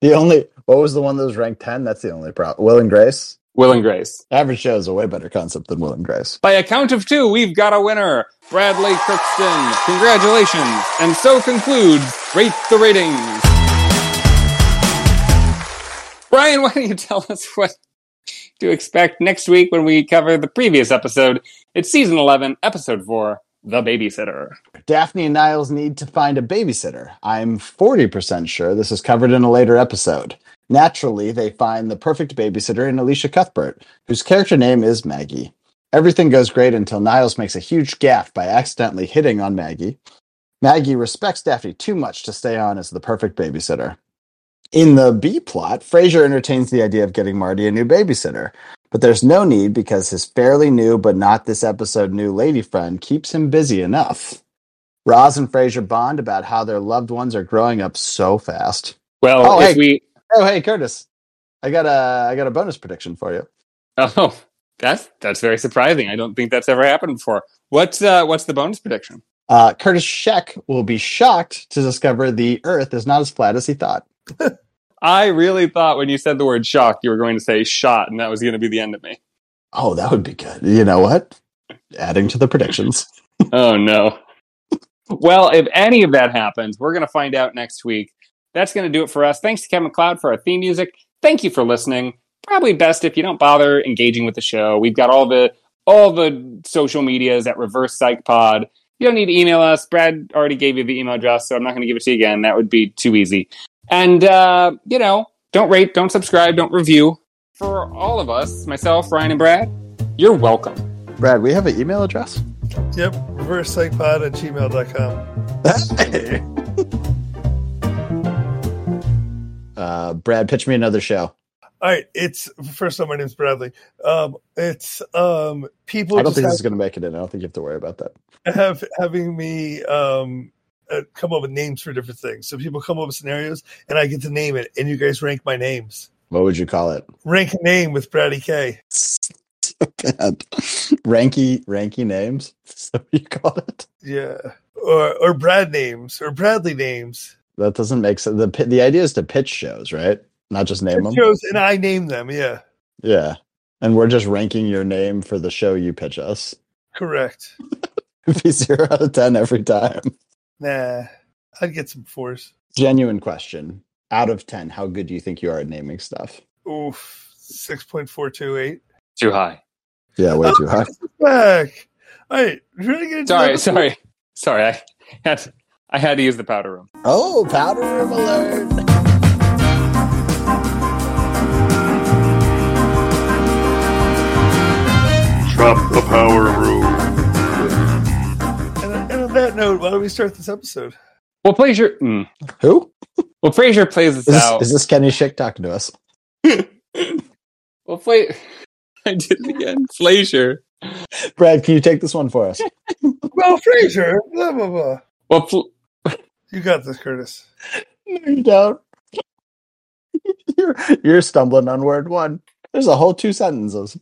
the only what was the one that was ranked 10 that's the only problem will and grace
Will and Grace.
average show is a way better concept than will and grace
By a count of two, we've got a winner, Bradley Crookston. Congratulations. And so concludes Rate the Ratings. Brian, [LAUGHS] why don't you tell us what to expect next week when we cover the previous episode? It's season 11, episode 4, The Babysitter.
daphne and niles need to find a babysitter i'm 40% sure this is covered in a later episode naturally they find the perfect babysitter in alicia cuthbert whose character name is maggie everything goes great until niles makes a huge gaffe by accidentally hitting on maggie Maggie respects Daphne too much to stay on as the perfect babysitter. In the B plot, Frasier entertains the idea of getting Marty a new babysitter, but there's no need because his fairly new but not this episode new lady friend keeps him busy enough. Roz and Frasier bond about how their loved ones are growing up so fast.
Well,
Oh,
if
hey.
we [LAUGHS]
Oh, hey, Curtis, I got a I got a bonus prediction for you.
oh, that's that's very surprising. I don't think that's ever happened before. What's uh, what's the bonus prediction?
Uh, Curtis Sheck will be shocked to discover the Earth is not as flat as he thought.
I really thought when you said the word shock, you were going to say shot, and that was going to be the end of me.
Oh, that would be good. You know what? Adding to the predictions.
Oh no. Well, if any of that happens, we're going to find out next week. That's going to do it for us. Thanks to Kevin Cloud for our theme music. Thank you for listening. Probably best if you don't bother engaging with the show. We've got all the all the social medias at Reverse Psych Pod. You don't need to email us. Brad already gave you the email address, so I'm not going to give it to you again. That would be too easy. And uh, you know, don't rate, don't subscribe, don't review. For all of us, myself, Ryan, and Brad, you're welcome.
Brad, we have an email address.
Yep, reverse psychpod at gmail.com.
uh, Brad, pitch me another show.
All right, it's first of all, my name's Bradley. Um, it's um, people
I don't
just
think
have,
this is going to make it in. I don't think you have to worry about that.
have having me um, uh, come up with names for different things. So people come up with scenarios, and I get to name it, and you guys rank my names.
What would you call [LAUGHS] it?
Rank a name with Bradley K.
Bad. Ranky, ranky names. [LAUGHS] Is that what you call it?
Yeah, or or Brad names or Bradley names.
That doesn't make sense. The pi- the idea is to pitch shows, right? Not just name them.
Shows, and I name them. Yeah,
Yeah, and we're just ranking your name for the show you pitch us. [LAUGHS]
correct.
It'd be zero out of ten every time.
Nah, I'd get some force.
Genuine question. Out of ten, how good do you think you are at naming stuff?
Oof, six point four two eight.
Too high.
Yeah, way too high.
Back. All right, really
[LAUGHS]
good. [LAUGHS]
Sorry, sorry, sorry. I had I had to use the powder room.
[LAUGHS] Oh, powder room alert.
Drop the power room.
And, and on that note, why don't we start this episode?
Well, Frasier. Mm.
Who?
Well, Frasier plays this
Is
out.
this, is this Kenny Schick talking to us?
well, Fla- [LAUGHS] I did it again. Frasier.
Brad, can you take this one for us?
Well, Fraser, blah blah blah.
Well, Fl-
You got this, Curtis.
[LAUGHS] No, you [LAUGHS] don't. you're, you're stumbling on word one. There's a whole two sentences.